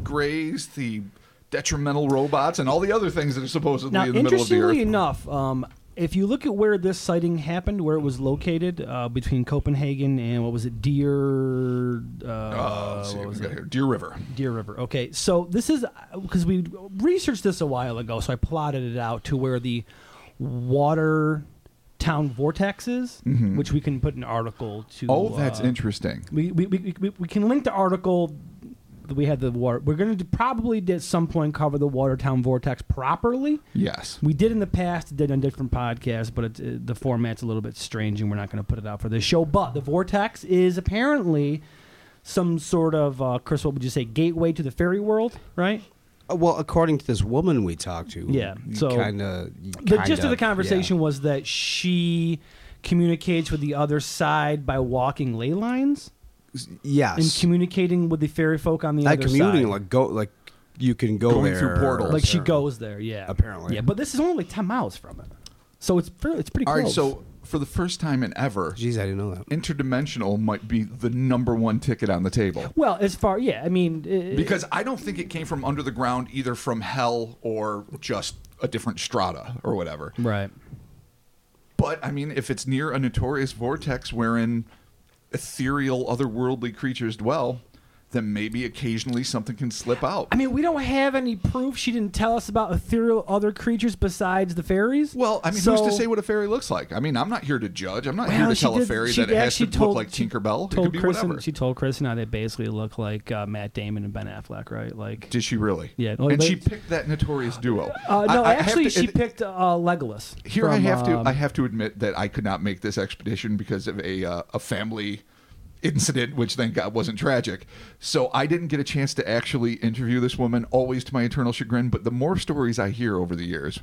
Speaker 3: grays, the detrimental robots, and all the other things that are supposedly
Speaker 1: Now,
Speaker 3: in the middle of the earth.
Speaker 1: interestingly enough, um, if you look at where this sighting happened, where it was located uh, between Copenhagen and what was it, Deer? Uh,
Speaker 3: Uh, let's see
Speaker 1: what
Speaker 3: what
Speaker 1: was
Speaker 3: we got
Speaker 1: it?
Speaker 3: here. Deer River.
Speaker 1: Deer River. Okay, so this is because we researched this a while ago, so I plotted it out to where the water town vortex is, which we can put an article to.
Speaker 3: Mm-hmm. Oh, that's
Speaker 1: uh,
Speaker 3: interesting.
Speaker 1: We, we, we, we, we can link the article that we had the water. We're going to probably at some point cover the Watertown vortex properly.
Speaker 3: Yes.
Speaker 1: We did in the past, did on different podcasts, but it's uh the format's a little bit strange, and we're not going to put it out for this show. But the vortex is apparently some sort of, uh, Chris, what would you say, gateway to the fairy world, right?
Speaker 2: Uh, Well, according to this woman we talked to,
Speaker 1: Yeah, so-
Speaker 2: kind of
Speaker 1: The gist of the conversation was that she communicates with the other side by walking ley lines
Speaker 2: Yes,
Speaker 1: and communicating with the fairy folk on the
Speaker 2: like
Speaker 1: other
Speaker 2: commuting,
Speaker 1: side.
Speaker 2: like go, like you can go
Speaker 3: Going
Speaker 2: there
Speaker 3: through portals.
Speaker 1: like she goes there, yeah.
Speaker 2: Apparently.
Speaker 1: yeah. But this is only ten miles from it, so it's fairly, it's pretty
Speaker 3: All
Speaker 1: close.
Speaker 3: right, so for the first time in ever,
Speaker 2: Jeez, I didn't know that.
Speaker 3: interdimensional might be the number one ticket on the table.
Speaker 1: well, as far yeah, I mean, i-
Speaker 3: Because I don't think it came from under the ground, either from hell or just a different strata or whatever.
Speaker 1: right.
Speaker 3: But I mean, if it's near a notorious vortex wherein ethereal, otherworldly creatures dwell, then maybe occasionally something can slip out.
Speaker 1: I mean, we don't have any proof she didn't tell us about ethereal other creatures besides the fairies.
Speaker 3: well, I mean,
Speaker 1: So-
Speaker 3: who's to say what a fairy looks like? I mean, I'm not here to judge. I'm not
Speaker 1: Well,
Speaker 3: here to
Speaker 1: she
Speaker 3: tell a
Speaker 1: did-
Speaker 3: fairy
Speaker 1: she
Speaker 3: that it has to
Speaker 1: actually told-
Speaker 3: look like
Speaker 1: she
Speaker 3: Tinkerbell. It
Speaker 1: Told
Speaker 3: could be
Speaker 1: Chris
Speaker 3: whatever.
Speaker 1: and she told Chris and I they basically look like uh, Matt Damon and Ben Affleck, right? Like,
Speaker 3: Did she really?
Speaker 1: Yeah, well,
Speaker 3: And
Speaker 1: but-
Speaker 3: she picked that notorious duo.
Speaker 1: uh, no,
Speaker 3: I- I have
Speaker 1: actually,
Speaker 3: to-
Speaker 1: she
Speaker 3: it-
Speaker 1: picked uh, Legolas.
Speaker 3: Here
Speaker 1: from,
Speaker 3: I have to
Speaker 1: um,
Speaker 3: I have to admit that I could not make this expedition because of a uh, a family incident, which thank God wasn't tragic. So I didn't get a chance to actually interview this woman, always to my internal chagrin. But the more stories I hear over the years,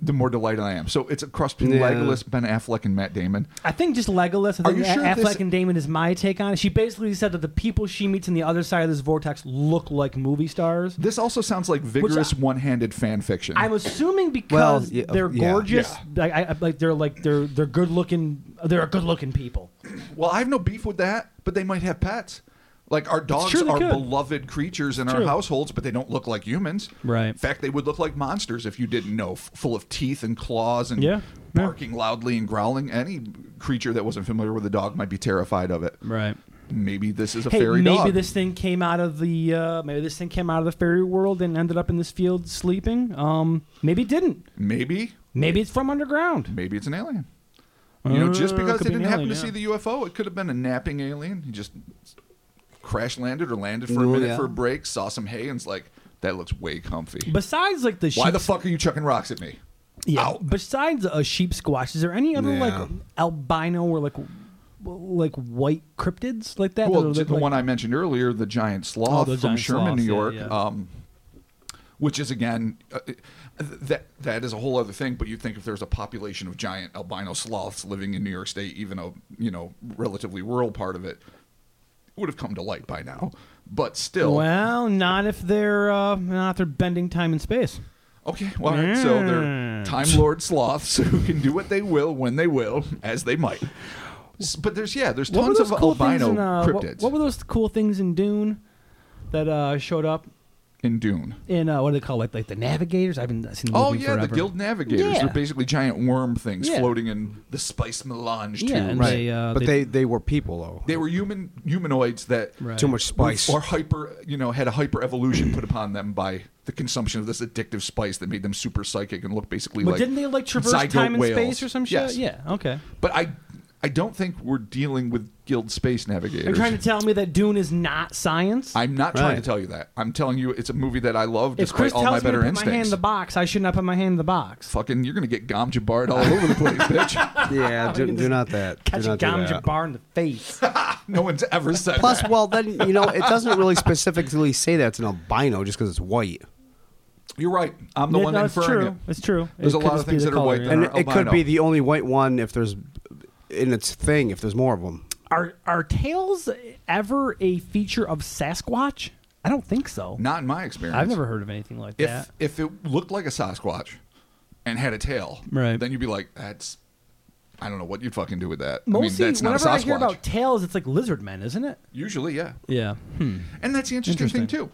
Speaker 3: the more delighted I am. So it's across between
Speaker 2: Yeah.
Speaker 3: Legolas, Ben Affleck, and Matt Damon.
Speaker 1: I think just Legolas. I
Speaker 3: Are
Speaker 1: think
Speaker 3: you
Speaker 1: A-
Speaker 3: sure
Speaker 1: Affleck
Speaker 3: this-
Speaker 1: and Damon is my take on it. She basically said that the people she meets on the other side of this vortex look like movie stars.
Speaker 3: This also sounds like vigorous one-handed fan fiction.
Speaker 1: I'm assuming because
Speaker 2: yeah,
Speaker 1: they're
Speaker 2: yeah.
Speaker 1: gorgeous, Like, I, I- like they're like they're they're good looking. They're good looking people.
Speaker 3: well, I have no beef with that, but they might have pets. Like our dogs
Speaker 1: true, they
Speaker 3: are
Speaker 1: could.
Speaker 3: beloved creatures in our
Speaker 1: true.
Speaker 3: households, but they don't look like humans.
Speaker 1: Right.
Speaker 3: In fact, they would look like monsters if you didn't know, f- full of teeth and claws and
Speaker 1: Yeah, yeah.
Speaker 3: barking loudly and growling. Any creature that wasn't familiar with a dog might be terrified of it.
Speaker 1: Right.
Speaker 3: Maybe this is a
Speaker 1: Hey,
Speaker 3: fairy
Speaker 1: maybe
Speaker 3: dog.
Speaker 1: this thing came out of the uh, maybe this thing came out of the fairy world and ended up in this field sleeping. Um, maybe it didn't.
Speaker 3: Maybe,
Speaker 1: Maybe it's from underground.
Speaker 3: maybe it's an alien. You know, just
Speaker 1: Uh,
Speaker 3: because
Speaker 1: could
Speaker 3: they
Speaker 1: be an
Speaker 3: didn't happen
Speaker 1: alien,
Speaker 3: to
Speaker 1: yeah.
Speaker 3: see the UFO, it could have been a napping alien. He just crash landed or landed for a
Speaker 2: Well,
Speaker 3: minute
Speaker 2: yeah.
Speaker 3: for a break, saw some hay, and's like, that looks way comfy.
Speaker 1: Besides, like the sheep,
Speaker 3: Why the fuck are you chucking rocks at me?
Speaker 1: yeah.
Speaker 3: Ow.
Speaker 1: Besides a sheep squash, is there any other
Speaker 2: Yeah.
Speaker 1: like albino or like w- like white cryptids like that?
Speaker 3: Well,
Speaker 1: that
Speaker 3: the,
Speaker 1: look
Speaker 3: the
Speaker 1: like- Oh,
Speaker 3: one I mentioned earlier, the giant sloth
Speaker 1: the
Speaker 3: from
Speaker 1: giant
Speaker 3: Sherman,
Speaker 1: sloth,
Speaker 3: New
Speaker 1: yeah,
Speaker 3: York,
Speaker 1: yeah.
Speaker 3: Um, which is again uh, th- that that is a whole other thing. But you'd think if there's a population of giant albino sloths living in New York State, even a you know relatively rural part of it, would have come to light by now. But still,
Speaker 1: Well, not if they're uh, not if they're bending time and space.
Speaker 3: okay, well, all right, so they're
Speaker 1: Mm.
Speaker 3: time lord sloths who can do what they will when they will, as they might. S- But there's yeah, there's
Speaker 1: What were
Speaker 3: tons of
Speaker 1: those cool things
Speaker 3: albino
Speaker 1: in, uh, what-
Speaker 3: cryptids
Speaker 1: What, were those cool things in Dune that uh, showed up?
Speaker 3: in Dune.
Speaker 1: In uh, what do they call it? Like the navigators? I haven't seen. The
Speaker 3: Oh
Speaker 1: movie in
Speaker 3: yeah, the
Speaker 1: forever.
Speaker 3: guild navigators.
Speaker 1: Yeah.
Speaker 3: They're basically giant worm things
Speaker 1: Yeah.
Speaker 3: floating in the spice melange
Speaker 1: Yeah,
Speaker 3: tubes.
Speaker 1: and
Speaker 2: right.
Speaker 1: they, uh,
Speaker 2: but
Speaker 1: they-
Speaker 2: they, they were people though.
Speaker 3: They were human humanoids that
Speaker 1: Right.
Speaker 2: Too much spice.
Speaker 3: or hyper you know, had a hyper evolution put upon them by the consumption of this addictive spice that made them super psychic and look basically
Speaker 1: But
Speaker 3: like
Speaker 1: didn't they like traverse
Speaker 3: zygote
Speaker 1: time and
Speaker 3: whales.
Speaker 1: space or some shit?
Speaker 3: Yes.
Speaker 1: Yeah. Okay.
Speaker 3: But I I don't think we're dealing with guild space navigators.
Speaker 1: You're trying to tell me that Dune is not science?
Speaker 3: I'm not trying to
Speaker 2: Right.
Speaker 3: tell you that. I'm telling you it's a movie that I love
Speaker 1: if
Speaker 3: despite
Speaker 1: Chris
Speaker 3: all
Speaker 1: tells
Speaker 3: my
Speaker 1: me to
Speaker 3: better
Speaker 1: put my hand
Speaker 3: instincts.
Speaker 1: in the box, I should not put my hand in the box.
Speaker 3: Fucking you're gonna get Gom Jabard all over the place, bitch.
Speaker 2: yeah, do, do not that. Do
Speaker 1: Catch a
Speaker 2: not do
Speaker 1: ganja
Speaker 2: that.
Speaker 1: bar in the face.
Speaker 3: No one's ever said
Speaker 2: Plus,
Speaker 3: that.
Speaker 2: well, then you know it doesn't really specifically say that it's an albino just because it's white,
Speaker 3: You're right. I'm the
Speaker 1: Yeah,
Speaker 3: one
Speaker 1: no, it's
Speaker 3: inferring
Speaker 1: true.
Speaker 3: it.
Speaker 1: It's true.
Speaker 3: There's
Speaker 1: It
Speaker 3: a
Speaker 1: could
Speaker 3: lot of
Speaker 1: just be
Speaker 3: things
Speaker 1: the
Speaker 3: that are
Speaker 1: color,
Speaker 3: white
Speaker 1: yeah.
Speaker 3: that
Speaker 2: and
Speaker 3: Or
Speaker 2: it, it could
Speaker 3: albino.
Speaker 2: be the only white one if there's in its thing if there's more of them.
Speaker 1: Are are tails ever a feature of Sasquatch? I don't think so.
Speaker 3: Not in my experience.
Speaker 1: I've never heard of anything like
Speaker 3: If
Speaker 1: that.
Speaker 3: if it looked like a Sasquatch and had a tail,
Speaker 1: Right.
Speaker 3: Then you'd be like, that's. I don't know what you'd fucking do with that. I mean,
Speaker 1: Mostly,
Speaker 3: that's not a
Speaker 1: whenever
Speaker 3: Sasquatch.
Speaker 1: I hear about tails, it's like lizard men, isn't it?
Speaker 3: Usually, yeah.
Speaker 1: Yeah. Hmm.
Speaker 3: And that's the interesting, thing too.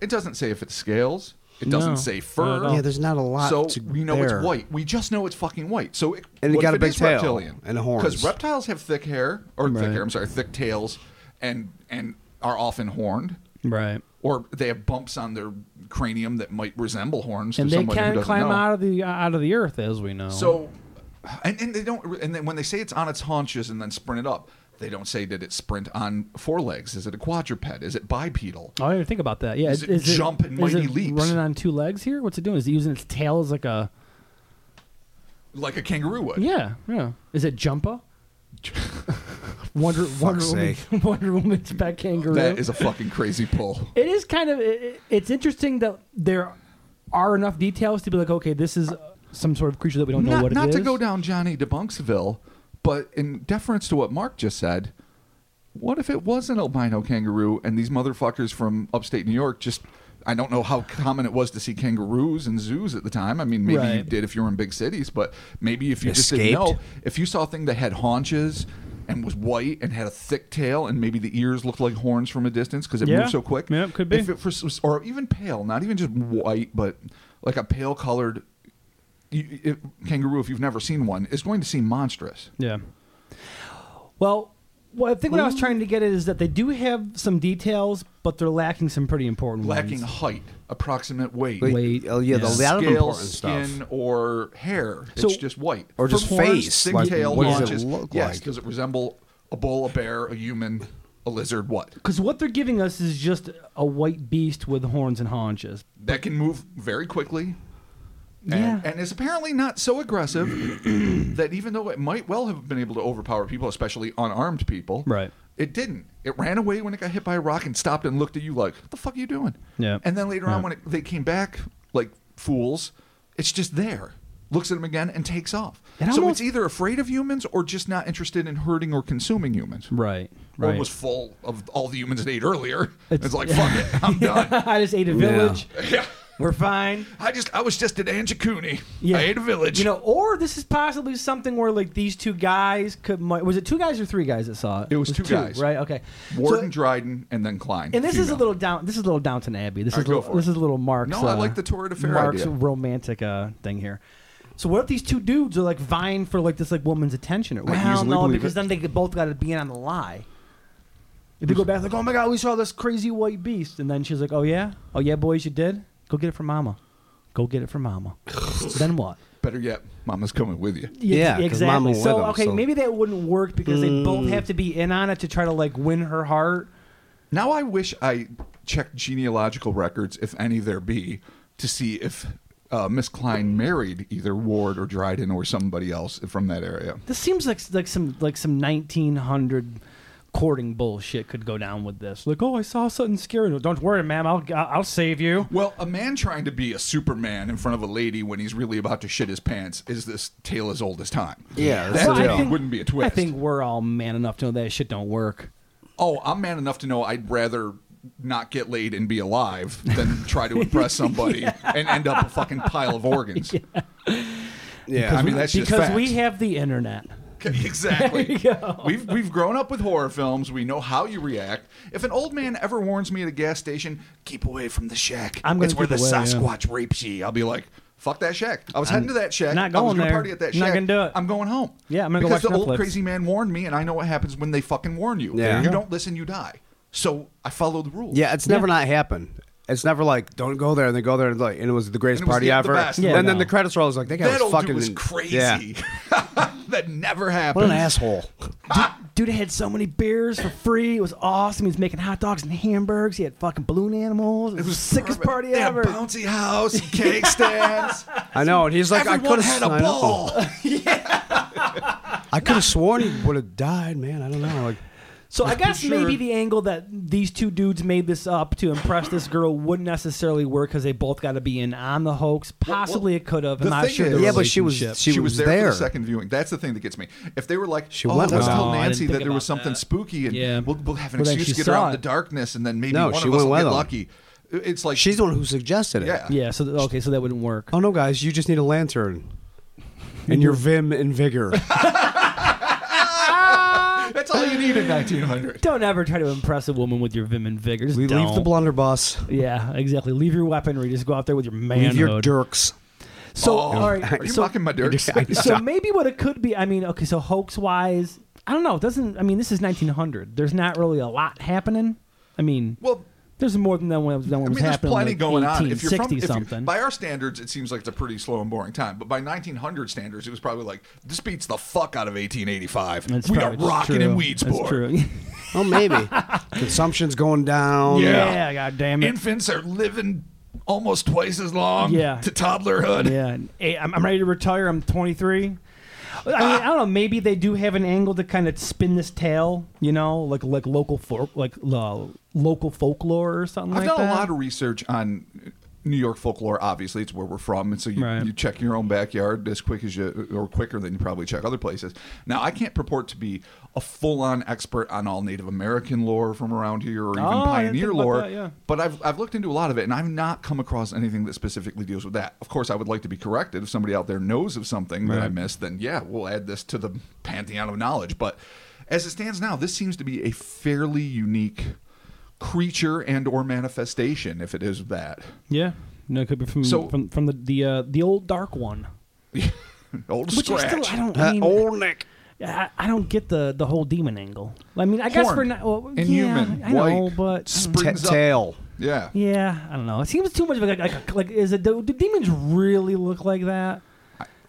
Speaker 3: It doesn't say if it's scales. It doesn't
Speaker 1: No,
Speaker 3: say
Speaker 1: not at
Speaker 3: fur.
Speaker 1: all.
Speaker 2: Yeah, there's not a lot.
Speaker 3: so
Speaker 2: to
Speaker 3: we know
Speaker 2: there.
Speaker 3: it's white. We just know it's fucking white. So it,
Speaker 2: And it
Speaker 3: what
Speaker 2: got
Speaker 3: if
Speaker 2: a big
Speaker 3: is
Speaker 2: tail
Speaker 3: reptilian?
Speaker 2: and horns.
Speaker 3: Because reptiles have thick hair or thick
Speaker 1: Right.
Speaker 3: hair. I'm sorry, thick tails, and and are often horned.
Speaker 1: Right.
Speaker 3: Or they have bumps on their cranium that might resemble horns.
Speaker 1: And
Speaker 3: to
Speaker 1: they
Speaker 3: someone who
Speaker 1: can
Speaker 3: doesn't
Speaker 1: climb
Speaker 3: know.
Speaker 1: out of the out of the earth, as we know.
Speaker 3: So, and, and they don't. And then when they say it's on its haunches and then sprint it up, they don't say did it sprint on four legs? Is it a quadruped? Is it bipedal?
Speaker 1: I didn't even think about that. Yeah,
Speaker 3: Is it jump and
Speaker 1: is
Speaker 3: mighty
Speaker 1: it
Speaker 3: leaps?
Speaker 1: Running on two legs here? What's it doing? Is it using its tail as like a?
Speaker 3: Like a kangaroo would.
Speaker 1: Yeah, yeah. Is it jumper? Wonder Wonder
Speaker 2: Fuck's
Speaker 1: Woman, Wonder Woman's pet kangaroo.
Speaker 3: That is a fucking crazy pull.
Speaker 1: it is kind of. It, it- it's interesting that there are enough details to be like, okay, this is uh, some sort of creature that we don't know
Speaker 3: not
Speaker 1: what
Speaker 3: not
Speaker 1: it is.
Speaker 3: to go down Johnny DeBunksville, but in deference to what Mark just said, what if it was an albino kangaroo and these motherfuckers from upstate New York just. I don't know how common it was to see kangaroos in zoos at the time. I mean, maybe you
Speaker 1: Right.
Speaker 3: did if you were in big cities, but maybe if you just didn't
Speaker 2: Escaped.
Speaker 3: know, if you saw a thing that had haunches and was white and had a thick tail and maybe the ears looked like horns from a distance because it
Speaker 1: Yeah.
Speaker 3: moved so quick.
Speaker 1: Yeah, it could be.
Speaker 3: If it for, or even pale, not even just white, but like a pale colored you, it, kangaroo, if you've never seen one, is going to seem monstrous.
Speaker 1: Yeah. Well, well, I think what I was trying to get at is that they do have some details, but they're lacking some pretty important
Speaker 3: Lacking
Speaker 1: ones.
Speaker 3: height, approximate weight,
Speaker 2: Like,
Speaker 1: Wait,
Speaker 2: oh, yeah, the
Speaker 1: yeah.
Speaker 2: lot of
Speaker 3: scale,
Speaker 2: important
Speaker 3: skin,
Speaker 2: stuff.
Speaker 3: or hair.
Speaker 1: So-
Speaker 3: it's just white.
Speaker 2: Or just
Speaker 3: horns,
Speaker 2: face,
Speaker 3: Thick
Speaker 2: like,
Speaker 3: tail,
Speaker 2: what does it
Speaker 3: haunches.
Speaker 2: look
Speaker 3: Yes,
Speaker 2: like?
Speaker 3: does it resemble a bull, a bear, a human, a lizard, what?
Speaker 1: Because what they're giving us is just a white beast with horns and haunches.
Speaker 3: That can move very quickly. And,
Speaker 1: Yeah.
Speaker 3: and is apparently not so aggressive that even though it might well have been able to overpower people, especially unarmed people,
Speaker 1: Right.
Speaker 3: It didn't. It ran away when it got hit by a rock and stopped and looked at you like, "What the fuck are you doing?"
Speaker 1: Yeah.
Speaker 3: And then later
Speaker 1: Yeah.
Speaker 3: on, when it, they came back like fools, it's just there. Looks at them again and takes off.
Speaker 1: It
Speaker 3: so
Speaker 1: almost-
Speaker 3: it's either afraid of humans or just not interested in hurting or consuming humans.
Speaker 1: Right.
Speaker 3: Or
Speaker 1: Right.
Speaker 3: was full of all the humans it ate earlier.
Speaker 1: It's-
Speaker 3: It's, like fuck it, I'm done.
Speaker 1: I just ate a village. We're fine.
Speaker 3: I just I was just at Anjikuni.
Speaker 1: Yeah.
Speaker 3: I ate a village.
Speaker 1: You know, or this is possibly something where like these two guys could. might- Was it two guys or three guys that saw it?
Speaker 3: It was two guys.
Speaker 1: right? Okay. So-
Speaker 3: Warden, Dryden, and then Klein.
Speaker 1: and this is a
Speaker 3: female.
Speaker 1: little down. This is a little Downton Abbey. This
Speaker 3: All
Speaker 1: is
Speaker 3: right, go
Speaker 1: little,
Speaker 3: for
Speaker 1: this
Speaker 3: it.
Speaker 1: is a little Mark's.
Speaker 3: No, I
Speaker 1: uh,
Speaker 3: like the Torrid Affair
Speaker 1: Mark's
Speaker 3: idea.
Speaker 1: romantic uh, thing here. So what if these two dudes are like vying for like this like woman's attention? Or,
Speaker 3: I
Speaker 1: well,
Speaker 3: easily
Speaker 1: no,
Speaker 3: believe
Speaker 1: because
Speaker 3: it.
Speaker 1: then they could both got to be in on the lie. If you go back, like, oh my god, we saw this crazy white beast, and then she's like, oh yeah, oh yeah, boys, you did. Go get it from mama. Go get it from mama. then what?
Speaker 3: Better yet, Mama's coming with you.
Speaker 2: Yeah, 'cause
Speaker 1: exactly.
Speaker 2: Mama
Speaker 1: so
Speaker 2: with 'em,
Speaker 1: okay,
Speaker 2: so- Mm.
Speaker 1: maybe that wouldn't work because they both have to be in on it to try to like win her heart.
Speaker 3: Now I wish I checked genealogical records, if any there be, to see if uh, Miss Klein married either Ward or Dryden or somebody else from that area.
Speaker 1: This seems like like some like some 1900 courting bullshit could go down with this. Like, oh, I saw something scary. No, Don't worry, ma'am. I'll I'll save you.
Speaker 3: Well, a man trying to be a Superman in front of a lady when he's really about to shit his pants is this tale as old as time.
Speaker 2: Yeah,
Speaker 3: that
Speaker 2: that's the
Speaker 3: to
Speaker 2: deal.
Speaker 3: me wouldn't be a twist.
Speaker 1: I think we're all man enough to know that shit don't work.
Speaker 3: oh, I'm man enough to know I'd rather not get laid and be alive than try to impress somebody and end up a fucking pile of organs.
Speaker 2: Yeah,
Speaker 3: I mean, that's just
Speaker 1: because
Speaker 3: fact.
Speaker 1: we have the internet.
Speaker 3: Exactly. We've we've grown up with horror films. We know how you react. If an old man ever warns me at a gas station, keep away from the shack.
Speaker 1: I'm gonna
Speaker 3: it's where
Speaker 1: keep
Speaker 3: the
Speaker 1: away, yeah.
Speaker 3: Sasquatch rapes ye. I'll be like, fuck that shack. I was heading to that shack.
Speaker 1: not
Speaker 3: I was
Speaker 1: going
Speaker 3: gonna
Speaker 1: there.
Speaker 3: party at that
Speaker 1: Not
Speaker 3: shack.
Speaker 1: gonna do it.
Speaker 3: I'm going home.
Speaker 1: Yeah, I'm gonna go
Speaker 3: because
Speaker 1: watch
Speaker 3: the
Speaker 1: Netflix.
Speaker 3: old crazy man warned me, and I know what happens when they fucking warn you.
Speaker 2: Yeah.
Speaker 3: you don't listen, you die. So I follow the rules.
Speaker 2: Yeah, it's never not happened. It's never like don't go there and they go there and like and it was the greatest
Speaker 3: And it was
Speaker 2: party
Speaker 3: the- the
Speaker 2: ever.
Speaker 3: best.
Speaker 1: Yeah,
Speaker 2: and then
Speaker 1: no.
Speaker 2: the credits roll. I was like, that guy
Speaker 3: that
Speaker 2: was
Speaker 3: old
Speaker 2: fucking
Speaker 3: dude was crazy.
Speaker 2: Yeah.
Speaker 3: that never happened.
Speaker 2: What an asshole.
Speaker 1: Dude had so many beers for free. It was awesome. He was making hot dogs and hamburgers. He had fucking balloon animals. It was,
Speaker 3: It was
Speaker 1: the sickest
Speaker 3: perfect.
Speaker 1: party
Speaker 3: They had
Speaker 1: ever.
Speaker 3: a bouncy house, and cake stands.
Speaker 2: I know, and he's like, I
Speaker 3: Everyone
Speaker 2: could
Speaker 3: had a
Speaker 2: have
Speaker 3: ball.
Speaker 2: I could have sworn he would have died, man. I don't know. Like,
Speaker 1: So I guess
Speaker 3: Sure.
Speaker 1: maybe the angle that these two dudes made this up to impress this girl wouldn't necessarily work because they both got to be in on the hoax. Possibly it could have. I'm
Speaker 3: the
Speaker 1: not
Speaker 3: thing
Speaker 1: sure. the
Speaker 3: is-
Speaker 2: yeah, but she was she,
Speaker 1: relationship.
Speaker 3: she was there, for
Speaker 2: there.
Speaker 3: the second viewing. That's the thing that gets me. If they were like,
Speaker 2: She
Speaker 3: "Oh,
Speaker 2: went
Speaker 3: let's
Speaker 2: with
Speaker 3: tell
Speaker 1: them. No, I
Speaker 3: Nancy
Speaker 1: didn't
Speaker 3: that
Speaker 1: think
Speaker 3: there was
Speaker 1: about
Speaker 3: something
Speaker 1: that.
Speaker 3: spooky, and
Speaker 1: Yeah.
Speaker 3: we'll, we'll have an
Speaker 1: Well, then
Speaker 3: excuse to
Speaker 1: she
Speaker 3: get around
Speaker 1: saw
Speaker 3: the
Speaker 1: it.
Speaker 3: darkness, and then maybe
Speaker 2: No,
Speaker 3: one
Speaker 2: she
Speaker 3: of us
Speaker 2: went
Speaker 3: will
Speaker 2: with
Speaker 3: get
Speaker 2: them.
Speaker 3: lucky." It's like
Speaker 2: She's the one who suggested it.
Speaker 3: yeah,
Speaker 1: Yeah. So th- okay. So that wouldn't work.
Speaker 2: Oh no, guys, you just need a lantern. And your vim and vigor.
Speaker 3: that's all you need in 1900.
Speaker 1: Don't ever try to impress a woman with your vim and vigor. Just
Speaker 2: We
Speaker 1: don't.
Speaker 2: leave the blunderbuss.
Speaker 1: Yeah, exactly. Leave your weaponry. Just go out there with your
Speaker 2: Leave
Speaker 1: manhood.
Speaker 2: your dirks.
Speaker 1: so
Speaker 3: Oh,
Speaker 1: all right.
Speaker 3: are you
Speaker 1: so,
Speaker 3: mocking my dirt?
Speaker 1: so maybe what it could be. I mean, okay. So hoax wise, I don't know. It doesn't. I mean, this is 1900. There's not really a lot happening. I mean,
Speaker 3: well.
Speaker 1: there's more than that one. Than
Speaker 3: I
Speaker 1: what was
Speaker 3: mean, there's
Speaker 1: happening.
Speaker 3: plenty
Speaker 1: like
Speaker 3: going on. If you're from,
Speaker 1: 1860
Speaker 3: if you-
Speaker 1: something.
Speaker 3: by our standards, it seems like it's a pretty slow and boring time. But by 1900 standards, it was probably like this beats the fuck out of 1885.
Speaker 1: That's
Speaker 3: we are
Speaker 1: probably
Speaker 3: rocking
Speaker 1: true.
Speaker 3: in weeds
Speaker 1: That's
Speaker 3: board.
Speaker 1: true.
Speaker 2: Oh maybe. Consumption's going down.
Speaker 3: Yeah.
Speaker 1: yeah, god damn it.
Speaker 3: Infants are living almost twice as long
Speaker 1: Yeah.
Speaker 3: to toddlerhood.
Speaker 1: yeah, Hey, I'm, I'm ready to retire. I'm 23. I mean, I don't know. Maybe they do have an angle to kind of spin this tale, you know, like like local folk, like uh, local folklore or something
Speaker 3: I've
Speaker 1: like
Speaker 3: done
Speaker 1: that.
Speaker 3: a lot of research on New York folklore. Obviously, it's where we're from, and so you,
Speaker 1: Right.
Speaker 3: you check your own backyard as quick as you, or quicker than you probably check other places. Now, I can't purport to be a full-on expert on all Native American lore from around here, or even
Speaker 1: Oh, I didn't think
Speaker 3: pioneer
Speaker 1: about
Speaker 3: lore.
Speaker 1: that, yeah.
Speaker 3: But I've I've looked into a lot of it, and I've not come across anything that specifically deals with that. Of course, I would like to be corrected if somebody out there knows of something that I missed. Then yeah, we'll add this to the pantheon of knowledge. But as it stands now, this seems to be a fairly unique creature and or manifestation, if it is that.
Speaker 1: yeah, no, it could be from
Speaker 3: So-
Speaker 1: from, from the the uh, the old dark one.
Speaker 3: Old
Speaker 1: Which I still
Speaker 3: scratch.
Speaker 1: I don't I,
Speaker 2: Uh,
Speaker 1: mean,
Speaker 2: old Nick.
Speaker 1: I, I don't get the the whole demon angle. I mean, I guess
Speaker 3: Horn.
Speaker 1: we're not well,
Speaker 3: Inhuman,
Speaker 1: Yeah, I know,
Speaker 3: white,
Speaker 1: but um,
Speaker 3: sp-
Speaker 2: Ta-
Speaker 3: Brings up-
Speaker 2: tail.
Speaker 3: yeah.
Speaker 1: yeah, I don't know. It seems too much of a, like a, like is it do, do demons really look like that?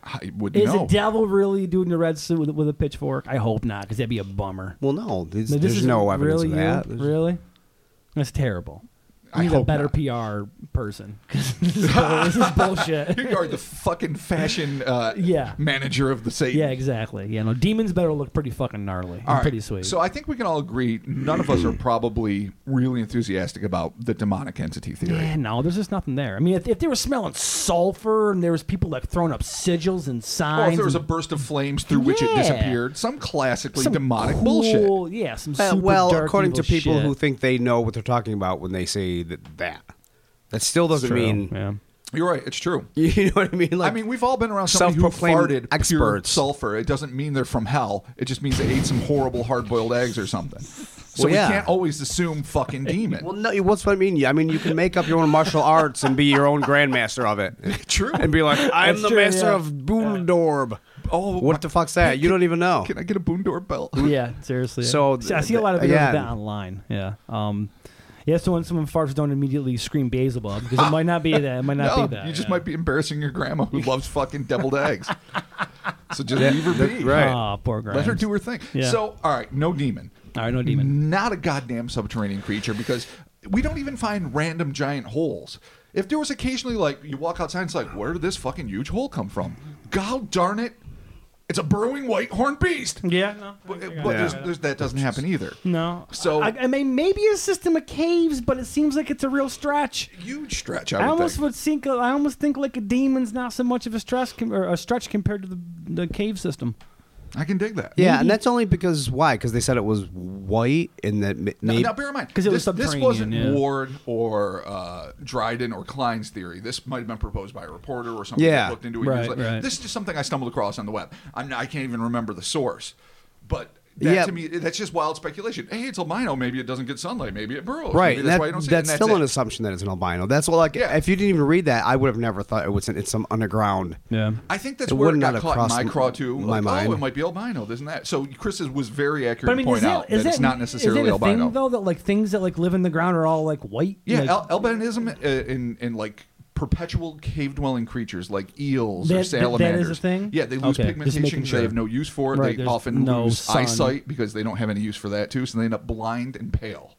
Speaker 3: I would
Speaker 1: Is
Speaker 3: know.
Speaker 1: a devil really doing the red suit with, with a pitchfork? I hope not, because that'd be a bummer.
Speaker 2: Well no, there's,
Speaker 1: No, this
Speaker 2: there's
Speaker 1: is
Speaker 2: no evidence
Speaker 1: really
Speaker 2: of that.
Speaker 1: You?
Speaker 2: There's-
Speaker 1: Really? That's terrible. We need a
Speaker 3: hope
Speaker 1: better
Speaker 3: not.
Speaker 1: PR person. 'Cause this is bull- this is bullshit.
Speaker 3: You are the fucking fashion uh,
Speaker 1: Yeah.
Speaker 3: manager of the Satan.
Speaker 1: Yeah, exactly. Yeah, no, demons better look pretty fucking gnarly. and
Speaker 3: All right,
Speaker 1: Pretty sweet.
Speaker 3: So I think we can all agree none of us are probably really enthusiastic about the demonic entity theory.
Speaker 1: yeah, no, there's just nothing there. I mean, if, if they were smelling sulfur and there was people like throwing up sigils and
Speaker 3: Or
Speaker 1: signs,
Speaker 3: if there was a
Speaker 1: and
Speaker 3: burst of flames through which it
Speaker 1: Yeah.
Speaker 3: disappeared, some classically
Speaker 1: some
Speaker 3: demonic
Speaker 1: cool-
Speaker 3: bullshit.
Speaker 1: Yeah, some
Speaker 2: Uh,
Speaker 1: super
Speaker 2: well,
Speaker 1: dark,
Speaker 2: according to
Speaker 1: evil
Speaker 2: people
Speaker 1: shit.
Speaker 2: who think they know what they're talking about when they say that, that. That still doesn't
Speaker 1: True,
Speaker 2: mean
Speaker 1: yeah.
Speaker 3: You're right. It's true.
Speaker 2: you know what I mean. Like,
Speaker 3: I mean, we've all been around somebody who
Speaker 2: self-proclaimed
Speaker 3: farted pure
Speaker 2: experts.
Speaker 3: sulfur. It doesn't mean they're from hell. It just means they ate some horrible hard-boiled eggs or something. So
Speaker 2: Well,
Speaker 3: we
Speaker 2: yeah.
Speaker 3: can't always assume fucking demon.
Speaker 2: Well, no, what's what I mean? I mean, you can make up your own martial arts and be your own grandmaster of it.
Speaker 3: True.
Speaker 2: And be like, I'm
Speaker 1: That's
Speaker 2: the
Speaker 1: true,
Speaker 2: master
Speaker 1: yeah.
Speaker 2: of Boondorb.
Speaker 3: Oh, my-
Speaker 2: What the fuck's that? You don't even know.
Speaker 3: Can I get a Boondor belt?
Speaker 1: yeah, seriously.
Speaker 2: So
Speaker 1: See, I see a lot of videos
Speaker 2: th-
Speaker 1: of
Speaker 2: yeah.
Speaker 1: that online. Yeah. Um, yeah. So when someone farts, don't immediately scream Beelzebub because it might not be that. It might not
Speaker 3: No,
Speaker 1: be that.
Speaker 3: you just
Speaker 1: yeah.
Speaker 3: might be embarrassing your grandma who loves fucking deviled eggs. So just leave her be.
Speaker 2: right.
Speaker 1: Oh, poor Grimes.
Speaker 3: Let her do her thing.
Speaker 1: Yeah.
Speaker 3: So, all right, no demon.
Speaker 1: All right, no demon.
Speaker 3: Not a goddamn subterranean creature because we don't even find random giant holes. If there was occasionally like you walk outside and it's like, where did this fucking huge hole come from? God darn it. It's a burrowing white horned beast.
Speaker 1: Yeah. No.
Speaker 3: But, but there's, there's, that doesn't happen either.
Speaker 1: no.
Speaker 3: So-
Speaker 1: I, I mean, maybe a system of caves, but it seems like it's a real stretch.
Speaker 3: Huge stretch, I,
Speaker 1: I
Speaker 3: would
Speaker 1: almost would
Speaker 3: think.
Speaker 1: think. I almost think like a demon's not so much of a stretch, com- or a stretch compared to the the cave system.
Speaker 3: I can dig that.
Speaker 2: Yeah, and that's only because why? Because they said it was white, and that ma-
Speaker 3: Now,
Speaker 2: maybe
Speaker 3: now bear in mind,
Speaker 1: 'Cause it was
Speaker 3: this, this
Speaker 1: subterranean,
Speaker 3: wasn't
Speaker 1: yeah.
Speaker 3: Ward or uh, Dryden or Klein's theory. This might have been proposed by a reporter or something
Speaker 2: Yeah.
Speaker 3: that looked into it.
Speaker 1: Right,
Speaker 3: It was like,
Speaker 1: right.
Speaker 3: This is just something I stumbled across on the web. I'm not, I can't even remember the source, but that
Speaker 2: Yeah.
Speaker 3: to me, that's just wild speculation. Hey, it's albino. Maybe it doesn't get sunlight. Maybe it burrows.
Speaker 2: right.
Speaker 3: Maybe
Speaker 2: and
Speaker 3: that's
Speaker 2: that-
Speaker 3: why I don't see it.
Speaker 2: that's
Speaker 3: And
Speaker 2: still
Speaker 3: it.
Speaker 2: an assumption that it's an albino. That's what like
Speaker 3: Yeah.
Speaker 2: if you didn't even read that, I would have never thought it was in, it's some underground.
Speaker 1: Yeah.
Speaker 3: I think that's
Speaker 2: It
Speaker 3: where
Speaker 2: would
Speaker 3: it
Speaker 2: not have
Speaker 3: got caught in
Speaker 2: crossed
Speaker 3: my
Speaker 2: m-
Speaker 3: craw too.
Speaker 2: my
Speaker 3: like,
Speaker 2: mind.
Speaker 3: Oh, it might be albino, isn't that? So Chris is, was very accurate
Speaker 1: But I
Speaker 3: to
Speaker 1: mean,
Speaker 3: point
Speaker 1: is that,
Speaker 3: out
Speaker 1: is
Speaker 3: that it's
Speaker 1: that-
Speaker 3: not necessarily
Speaker 1: is it a
Speaker 3: albino.
Speaker 1: thing though that like things that like live in the ground are all like white?
Speaker 3: Yeah,
Speaker 1: Like-
Speaker 3: al- albinism uh, in in like perpetual cave dwelling creatures like eels
Speaker 1: That- that- that
Speaker 3: or
Speaker 1: is a
Speaker 3: salamanders.
Speaker 1: thing?
Speaker 3: Yeah, they lose
Speaker 1: Okay, just
Speaker 3: pigmentation.
Speaker 1: making
Speaker 3: They
Speaker 1: sure.
Speaker 3: have no use for it.
Speaker 1: Right,
Speaker 3: they
Speaker 1: there's
Speaker 3: often
Speaker 1: no
Speaker 3: lose
Speaker 1: sun.
Speaker 3: eyesight because they don't have any use for that too. So they end up blind and pale.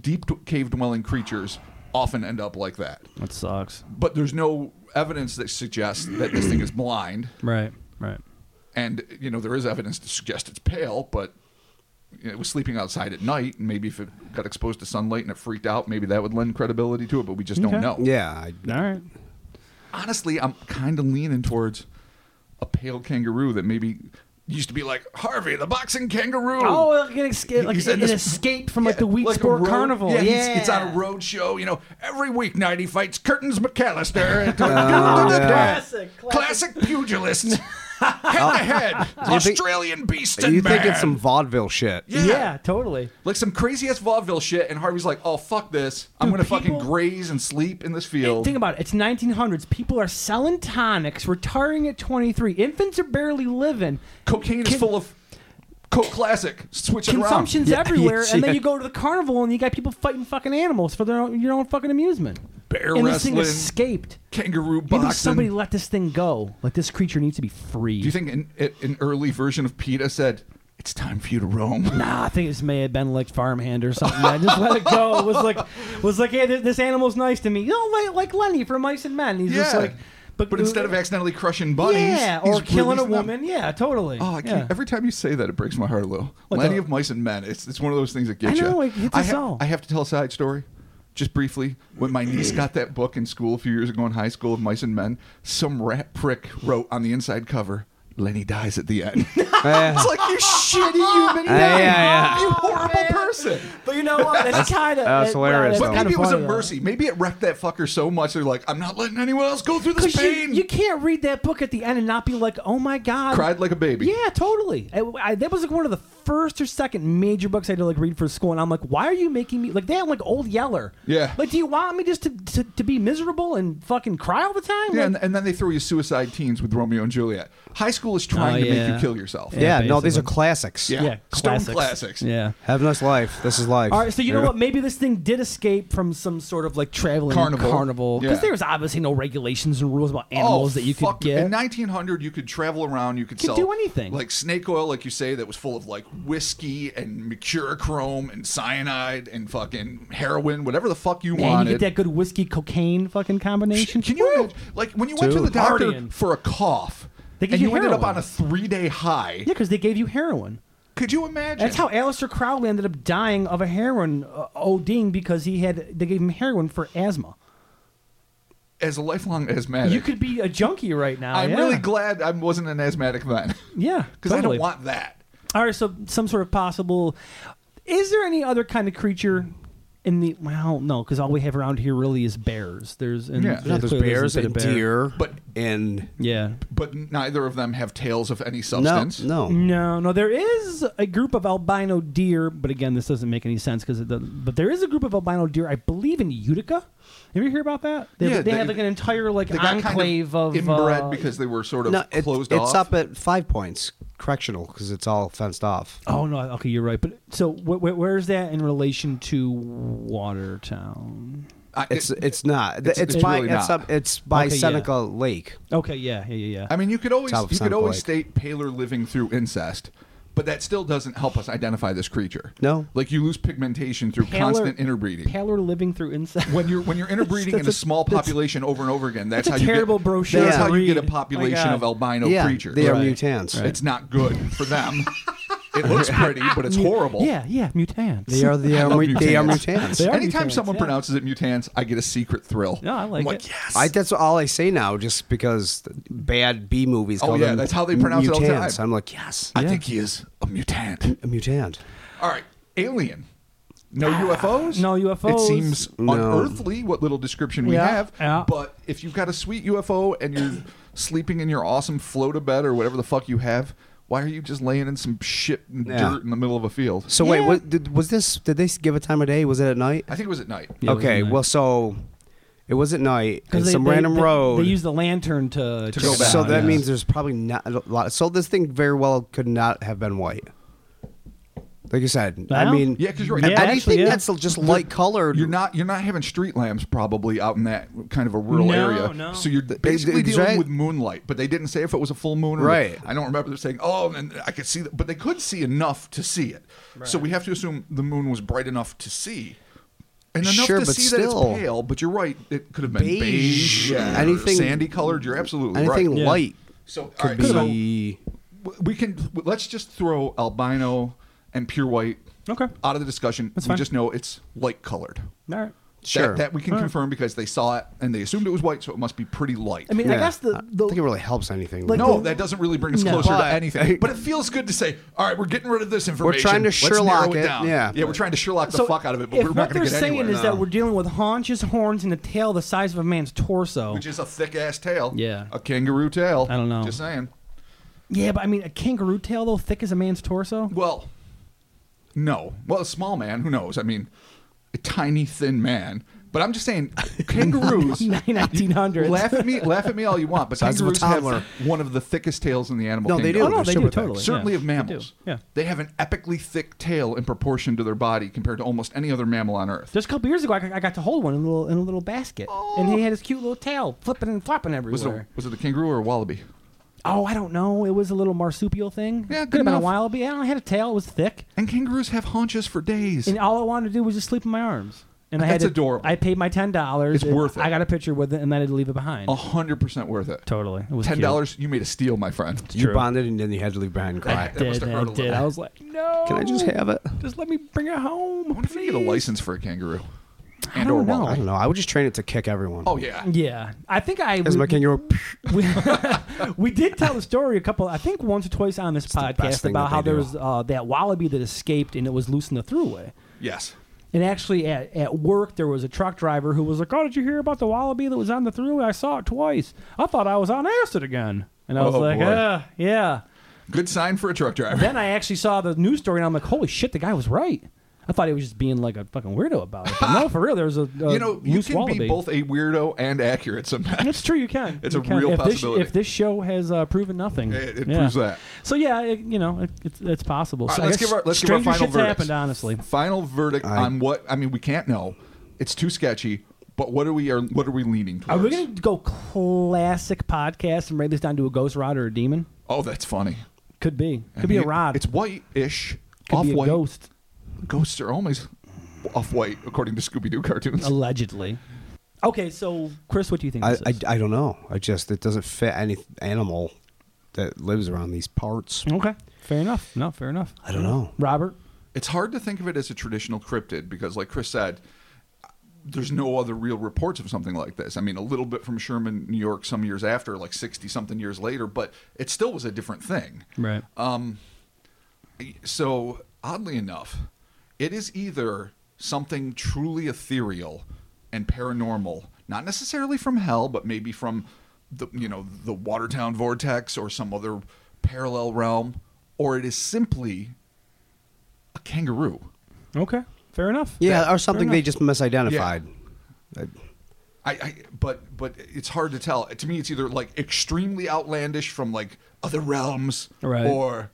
Speaker 3: Deep d- cave dwelling creatures often end up like that.
Speaker 1: That sucks.
Speaker 3: But there's no evidence that suggests that this thing is blind,
Speaker 1: Right. Right.
Speaker 3: and you know there is evidence to suggest it's pale, but. you know, It was sleeping outside at night, and maybe if it got exposed to sunlight and it freaked out, maybe that would lend credibility to it. But we just
Speaker 1: Okay.
Speaker 3: don't know
Speaker 2: Yeah, I,
Speaker 1: All right.
Speaker 3: honestly, I'm kind of leaning towards a pale kangaroo that maybe used to be like Harvey, the boxing kangaroo.
Speaker 1: Oh, like an escape,
Speaker 3: He-
Speaker 1: like
Speaker 3: he said
Speaker 1: an
Speaker 3: this-
Speaker 1: escape from like
Speaker 3: Yeah,
Speaker 1: the wheat
Speaker 3: like a
Speaker 1: sport
Speaker 3: road-
Speaker 1: carnival. Yeah,
Speaker 3: he's- it's on a road show. You know, every weeknight he fights Curtains McAllister.
Speaker 1: Oh,
Speaker 2: yeah.
Speaker 1: Classic,
Speaker 3: classic pugilist. Head to head,
Speaker 2: think-
Speaker 3: Australian beast.
Speaker 2: you think it's some vaudeville shit?
Speaker 3: Yeah.
Speaker 1: totally.
Speaker 3: like some crazy ass vaudeville shit, and Harvey's like, "Oh fuck this! I'm
Speaker 1: Dude,
Speaker 3: gonna fucking
Speaker 1: people-
Speaker 3: graze and sleep in this field."
Speaker 1: Think about it. It's 1900s. People are selling tonics, retiring at 23. Infants are barely living.
Speaker 3: Cocaine is
Speaker 1: Can-
Speaker 3: full of Coke Classic. Switch it around.
Speaker 1: Consumption's
Speaker 2: Yeah,
Speaker 1: everywhere,
Speaker 2: yes,
Speaker 1: and then
Speaker 2: yeah.
Speaker 1: you go to the carnival, and you got people fighting fucking animals for their own, your own fucking amusement.
Speaker 3: Bear
Speaker 1: and
Speaker 3: wrestling.
Speaker 1: this thing escaped.
Speaker 3: kangaroo
Speaker 1: You think
Speaker 3: boxing.
Speaker 1: somebody let this thing go? Like this creature needs to be free.
Speaker 3: Do you think an, it- an early version of PETA said, "It's time for you to roam"?
Speaker 1: Nah, I think this may have been like farmhand or something. I just let it go. It was like, was like, hey, th- this animal's nice to me. You know, like, like Lenny from Mice and Men. He's just
Speaker 3: Yeah.
Speaker 1: like, but, uh,
Speaker 3: But instead of accidentally crushing bunnies,
Speaker 1: yeah,
Speaker 3: he's
Speaker 1: or killing a
Speaker 3: releasing them.
Speaker 1: woman, yeah, totally.
Speaker 3: Oh, I can't,
Speaker 1: yeah.
Speaker 3: every time you say that, it breaks my heart a little.
Speaker 1: What
Speaker 3: Lenny
Speaker 1: the-
Speaker 3: of Mice and Men. It's it's one of those things that gets
Speaker 1: know,
Speaker 3: you.
Speaker 1: it hits
Speaker 3: I,
Speaker 1: us all.
Speaker 3: I have to tell a side story. Just briefly, when my niece got that book in school a few years ago in high school of Mice and Men, some rat prick wrote on the inside cover, Lenny dies at the end.
Speaker 2: Uh,
Speaker 3: it's like, you shitty
Speaker 2: Yeah,
Speaker 3: human being.
Speaker 2: yeah, yeah.
Speaker 3: You horrible person.
Speaker 1: but you know what? That's kind of
Speaker 2: That's hilarious,
Speaker 3: But
Speaker 2: Kinda
Speaker 3: maybe it was a mercy. Maybe it wrecked that fucker so much they're like, I'm not letting anyone else go through this
Speaker 1: Because you,
Speaker 3: pain.
Speaker 1: you can't read that book at the end and not be like, oh my god,
Speaker 3: Cried like a baby.
Speaker 1: Yeah, totally. I, I- that was like one of the first or second major books I had to like read for school, and I'm like, why are you making me like they had like old Yeller?
Speaker 3: Yeah.
Speaker 1: Like, do you want me just to to, to be miserable and fucking cry all the time?
Speaker 3: Yeah,
Speaker 1: Like,
Speaker 3: and, and then they throw you suicide teens with Romeo and Juliet. High school is trying
Speaker 1: Oh,
Speaker 3: to make
Speaker 1: yeah.
Speaker 3: you kill yourself. yourself.
Speaker 2: Yeah, no, these are
Speaker 1: basically.
Speaker 2: classics.
Speaker 3: Yeah.
Speaker 1: yeah,
Speaker 3: Stone
Speaker 1: classics.
Speaker 3: classics.
Speaker 1: Yeah.
Speaker 2: Have a nice life. This is life.
Speaker 1: All right, so you know
Speaker 2: Yeah.
Speaker 1: what? Maybe this thing did escape from some sort of like traveling
Speaker 3: Carnival.
Speaker 1: carnival because
Speaker 3: Yeah.
Speaker 1: there's obviously no regulations and rules about animals that you could
Speaker 3: Oh, fuck.
Speaker 1: get.
Speaker 3: In 1900, you could travel around. You could
Speaker 1: Could
Speaker 3: sell
Speaker 1: do anything.
Speaker 3: like snake oil, like you say, that was full of like whiskey and mercurochrome and cyanide and fucking heroin, whatever the fuck you
Speaker 1: Man,
Speaker 3: wanted.
Speaker 1: you get that good whiskey cocaine fucking combination.
Speaker 3: Can you imagine? Like when you went to
Speaker 2: Dude.
Speaker 3: the doctor
Speaker 1: Partying.
Speaker 3: for a cough,
Speaker 1: They
Speaker 3: and
Speaker 1: give
Speaker 3: you
Speaker 1: you
Speaker 3: ended up
Speaker 1: heroin.
Speaker 3: on a three-day high.
Speaker 1: Yeah, because they gave you heroin.
Speaker 3: Could you imagine?
Speaker 1: That's how Aleister Crowley ended up dying of a heroin uh, ODing because he had they gave him heroin for asthma.
Speaker 3: as a lifelong asthmatic,
Speaker 1: You could be a junkie right now.
Speaker 3: I'm
Speaker 1: yeah.
Speaker 3: really glad I wasn't an asthmatic then,
Speaker 1: Yeah,
Speaker 3: because I
Speaker 1: totally.
Speaker 3: don't want that.
Speaker 1: All right, so some sort of possible. Is there any other kind of creature in the? Well, no, because all we have around here really is bears. There's and
Speaker 3: Yeah.
Speaker 1: there's
Speaker 3: Yeah,
Speaker 2: There's
Speaker 1: clearly
Speaker 2: bears
Speaker 1: been a
Speaker 2: and
Speaker 1: bear.
Speaker 2: deer,
Speaker 3: But-
Speaker 2: and
Speaker 1: Yeah.
Speaker 3: But neither of them have tails of any
Speaker 2: no,
Speaker 3: substance.
Speaker 2: no.
Speaker 1: No, no, there is a group of albino deer, but again, this doesn't make any sense because it doesn't. But there is a group of albino deer, I believe, in Utica. Have you hear about that? They,
Speaker 3: Yeah,
Speaker 1: they, had
Speaker 3: they-
Speaker 1: like an entire like
Speaker 3: They got
Speaker 1: enclave
Speaker 3: kind
Speaker 1: of,
Speaker 3: of, inbred
Speaker 1: uh,
Speaker 3: because they were sort of
Speaker 2: No, it-
Speaker 3: closed off.
Speaker 2: it's up at Five Points Correctional because it's all fenced off.
Speaker 1: Oh no! Okay, you're right. But so, wh- wh- where's that in relation to Watertown?
Speaker 3: I,
Speaker 2: It's
Speaker 3: Uh, it-
Speaker 2: it's not. It's,
Speaker 3: it's
Speaker 2: by
Speaker 3: really
Speaker 2: it's
Speaker 3: not.
Speaker 2: up it's by
Speaker 1: Okay, yeah.
Speaker 2: Seneca Lake.
Speaker 1: Okay, yeah, yeah, yeah, yeah.
Speaker 3: I mean, you could always
Speaker 2: Top of
Speaker 3: you could
Speaker 2: Sonic
Speaker 3: always
Speaker 2: Lake.
Speaker 3: state paler living through incest, but that still doesn't help us identify this creature.
Speaker 2: No.
Speaker 3: like you lose pigmentation through
Speaker 1: Paler-
Speaker 3: constant interbreeding.
Speaker 1: Paler living through insects.
Speaker 3: when you're when you're interbreeding in a
Speaker 1: That's a-
Speaker 3: small population over and over again, that's,
Speaker 1: that's a
Speaker 3: how
Speaker 1: terrible
Speaker 3: you get,
Speaker 1: brochure
Speaker 3: That's
Speaker 2: to
Speaker 3: how you get a
Speaker 1: read. My
Speaker 3: population
Speaker 1: God.
Speaker 3: of albino
Speaker 2: yeah,
Speaker 3: creatures.
Speaker 2: they are
Speaker 1: Right.
Speaker 2: mutants.
Speaker 3: It's not good for them. it looks pretty, but it's horrible.
Speaker 1: Yeah, yeah, mutants.
Speaker 2: They are the um,
Speaker 3: love
Speaker 2: they are
Speaker 3: mutants.
Speaker 2: mutants.
Speaker 1: They are-
Speaker 3: Anytime
Speaker 1: mutants,
Speaker 3: someone
Speaker 1: yeah.
Speaker 3: pronounces it mutants, I get a secret thrill.
Speaker 1: No, I like it.
Speaker 3: I'm like, yes.
Speaker 2: I that's all I say now, just because the bad B movies.
Speaker 3: Oh,
Speaker 2: call
Speaker 3: yeah,
Speaker 2: them
Speaker 3: that's how they pronounce it all the time.
Speaker 2: mutants. I'm like, yes,
Speaker 3: I think he is a mutant.
Speaker 2: a mutant.
Speaker 3: All right, alien. No
Speaker 2: Ah,
Speaker 3: UFOs.
Speaker 1: No UFOs.
Speaker 3: It seems
Speaker 2: No.
Speaker 3: unearthly what little description we
Speaker 1: Yeah,
Speaker 3: have.
Speaker 1: yeah.
Speaker 3: But if you've got a sweet UFO and you're sleeping in your awesome float a bed or whatever the fuck you have, why are you just laying in some shit and
Speaker 2: Yeah.
Speaker 3: dirt in the middle of a field?
Speaker 2: So wait,
Speaker 1: Yeah.
Speaker 2: what, did, was this? Did they give a time of day? Was it at night?
Speaker 3: I think it was at night.
Speaker 1: Yeah, it was at
Speaker 2: okay,
Speaker 1: night.
Speaker 2: well, so it was at night. and
Speaker 1: they-
Speaker 2: some
Speaker 1: they-
Speaker 2: random
Speaker 1: they,
Speaker 2: road.
Speaker 1: They use the lantern to,
Speaker 3: To go back.
Speaker 2: So that
Speaker 1: yeah.
Speaker 2: means there's probably not a lot. So this thing very well could not have been white. Like you said, I
Speaker 1: Well,
Speaker 2: mean,
Speaker 3: Yeah, because you're
Speaker 1: Yeah,
Speaker 3: right.
Speaker 2: anything
Speaker 1: actually, yeah.
Speaker 2: that's just light colored.
Speaker 3: You're not you're not having street lamps probably out in that kind of a rural
Speaker 1: No,
Speaker 3: area.
Speaker 1: no.
Speaker 3: So you're
Speaker 2: Th-
Speaker 3: basically
Speaker 2: exact-
Speaker 3: dealing with moonlight, but they didn't say if it was a full moon. Or
Speaker 2: Right.
Speaker 3: I don't remember them saying. Oh, and I could see, the, but they could see enough to see it. So we have to assume the moon was bright enough to see, and enough
Speaker 2: Sure,
Speaker 3: to
Speaker 2: but
Speaker 3: see that
Speaker 2: still-
Speaker 3: it's pale. But you're right; it could have been beige,
Speaker 2: Beige.
Speaker 3: yeah, or
Speaker 2: Anything-
Speaker 3: sandy colored. You're absolutely
Speaker 2: Anything
Speaker 3: right.
Speaker 1: Yeah.
Speaker 2: light
Speaker 3: So all
Speaker 2: could
Speaker 3: right, so
Speaker 2: be.
Speaker 3: w- we can let's just throw albino and pure white
Speaker 1: Okay.
Speaker 3: out of the discussion.
Speaker 1: That's
Speaker 3: we
Speaker 1: fine.
Speaker 3: just know it's light colored.
Speaker 1: All right.
Speaker 2: Sure.
Speaker 3: That, that we can confirm because they saw it and they assumed it was white, so it must be pretty light.
Speaker 1: I mean, I
Speaker 2: Yeah.
Speaker 1: guess the,
Speaker 2: don't
Speaker 1: the
Speaker 2: think it really helps anything.
Speaker 1: Like-
Speaker 3: no, that doesn't really bring us
Speaker 1: No.
Speaker 3: closer to
Speaker 2: But-
Speaker 3: anything. But it feels good to say, all right, we're getting rid of this information.
Speaker 2: trying to
Speaker 3: Let's
Speaker 2: Sherlock
Speaker 3: narrow it.
Speaker 2: it,
Speaker 3: down.
Speaker 2: yeah.
Speaker 3: we're trying to Sherlock the
Speaker 1: so
Speaker 3: fuck out of it, but
Speaker 1: if
Speaker 3: we're
Speaker 1: what
Speaker 3: not
Speaker 1: they're
Speaker 3: going to get
Speaker 1: saying
Speaker 3: anywhere.
Speaker 1: is that we're dealing with haunches, horns, and a tail the size of a man's torso.
Speaker 3: Which is a thick ass tail.
Speaker 1: Yeah.
Speaker 3: a kangaroo tail.
Speaker 1: I don't know.
Speaker 3: Just saying.
Speaker 1: yeah, but I mean, a kangaroo tail though, thick as a man's torso.
Speaker 3: Well, no. Well, a small man. Who knows? I mean, a tiny, thin man. But I'm just saying, kangaroos.
Speaker 1: Nineteen hundred.
Speaker 3: laugh at me, laugh at me all you want, but
Speaker 2: Size of a
Speaker 3: kangaroos have
Speaker 2: toddler.
Speaker 3: one of the thickest tails in the animal.
Speaker 2: No, they
Speaker 3: kingdom.
Speaker 2: do.
Speaker 1: Oh no, they
Speaker 2: They're
Speaker 1: do
Speaker 2: super thick.
Speaker 1: totally.
Speaker 3: certainly
Speaker 1: yeah.
Speaker 3: of
Speaker 1: They do,
Speaker 3: mammals.
Speaker 1: Yeah.
Speaker 3: They have an epically thick tail in proportion to their body compared to almost any other mammal on Earth.
Speaker 1: Just a couple years ago, I, I got to hold one in a little in a little basket, and he had his cute little tail flipping and flopping
Speaker 3: Oh. Was it, a,
Speaker 1: everywhere.
Speaker 3: was it a kangaroo or a wallaby?
Speaker 1: oh, I don't know. It was a little marsupial thing.
Speaker 3: Yeah,
Speaker 1: could
Speaker 3: good
Speaker 1: have been a
Speaker 3: enough.
Speaker 1: while, but yeah, it had a tail. It was thick,
Speaker 3: And kangaroos have haunches for days.
Speaker 1: and all I wanted to do was just sleep in my arms. And I had
Speaker 3: That's
Speaker 1: to,
Speaker 3: adorable.
Speaker 1: I paid my ten dollars.
Speaker 3: It's worth it.
Speaker 1: I got a picture with it, and then I had to leave it behind.
Speaker 3: A hundred percent worth it.
Speaker 1: Totally, it was
Speaker 3: Ten
Speaker 1: cute.
Speaker 3: dollars, you made a steal, my friend.
Speaker 2: You
Speaker 1: True.
Speaker 2: bonded and then you had to leave behind and cry.
Speaker 3: That must
Speaker 1: Did
Speaker 3: have
Speaker 1: I
Speaker 3: hurt a
Speaker 1: did?
Speaker 3: little.
Speaker 1: I was like, no.
Speaker 2: Can I just have it?
Speaker 1: Just let me bring it home.
Speaker 3: I wonder if you get a
Speaker 1: please."
Speaker 3: license for a kangaroo.
Speaker 1: I
Speaker 3: And
Speaker 1: don't
Speaker 3: or a
Speaker 1: know.
Speaker 2: I
Speaker 3: wallaby.
Speaker 2: don't know. I would just train it to kick everyone.
Speaker 3: Oh yeah.
Speaker 1: Yeah, I think I.
Speaker 2: As
Speaker 1: we-
Speaker 2: my kangaroo.
Speaker 1: we, we did tell the story a couple, I think once or twice on this podcast
Speaker 2: best thing
Speaker 1: about
Speaker 2: that
Speaker 1: how
Speaker 2: they
Speaker 1: there
Speaker 2: do.
Speaker 1: was uh, that wallaby that escaped and it was loose in the throughway.
Speaker 3: Yes.
Speaker 1: And actually, at, at work, there was a truck driver who was like, "Oh, did you hear about the wallaby that was on the throughway? I saw it twice. I thought I was on acid again." And I was
Speaker 3: Oh,
Speaker 1: like,
Speaker 3: boy.
Speaker 1: "Yeah, yeah."
Speaker 3: Good sign for a truck driver.
Speaker 1: Then I actually saw the news story, and I'm like, "Holy shit, the guy was right." I thought he was just being like a fucking weirdo about it. But no, for real, there was a, a
Speaker 3: you know, you
Speaker 1: uh, loose
Speaker 3: can
Speaker 1: wallaby.
Speaker 3: be both a weirdo and accurate sometimes.
Speaker 1: It's true. You can.
Speaker 3: It's
Speaker 1: You
Speaker 3: a
Speaker 1: can.
Speaker 3: real
Speaker 1: if
Speaker 3: possibility.
Speaker 1: This, if this show has uh, proven nothing,
Speaker 3: It- it
Speaker 1: yeah.
Speaker 3: proves that.
Speaker 1: So yeah, it, you know, it, it's, it's possible.
Speaker 3: All
Speaker 1: So
Speaker 3: right,
Speaker 1: I
Speaker 3: let's
Speaker 1: guess
Speaker 3: give our- let's give our
Speaker 1: stranger
Speaker 3: final
Speaker 1: shit's
Speaker 3: verdicts.
Speaker 1: happened, honestly.
Speaker 3: Final verdict
Speaker 2: I-
Speaker 3: on what? I mean, we can't know. It's too sketchy. But what are we are what are we leaning
Speaker 1: Are
Speaker 3: towards?
Speaker 1: we gonna go classic podcast and break this down to a ghost rod or a demon?
Speaker 3: oh, that's funny.
Speaker 1: Could be.
Speaker 3: I
Speaker 1: Could be a
Speaker 3: mean,
Speaker 1: rod.
Speaker 3: It's white-ish.
Speaker 1: Could
Speaker 3: off
Speaker 1: be a
Speaker 3: white.
Speaker 1: ghost.
Speaker 3: Ghosts are always off-white, according to Scooby-Doo cartoons.
Speaker 1: Allegedly. Okay, so Chris, what do you think?
Speaker 2: I,
Speaker 1: this
Speaker 2: I,
Speaker 1: is?
Speaker 2: I don't know. I just it doesn't fit any animal that lives around these parts.
Speaker 1: okay, fair enough. No, fair enough.
Speaker 2: I don't know.
Speaker 1: Robert,
Speaker 3: it's hard to think of it as a traditional cryptid because, like Chris said, there's no other real reports of something like this. I mean, a little bit from Sherman, New York, some years after, like 60 something years later, but it still was a different thing.
Speaker 1: right?
Speaker 3: Um, So, oddly enough, it is either something truly ethereal and paranormal, not necessarily from hell, but maybe from the you know the Watertown vortex or some other parallel realm, or it is simply a kangaroo.
Speaker 1: okay, fair enough.
Speaker 2: Yeah, or something
Speaker 1: enough.
Speaker 2: they just misidentified. I-
Speaker 3: I, I but but it's hard to tell. To me, it's either like extremely outlandish from like other realms,
Speaker 1: Right.
Speaker 3: or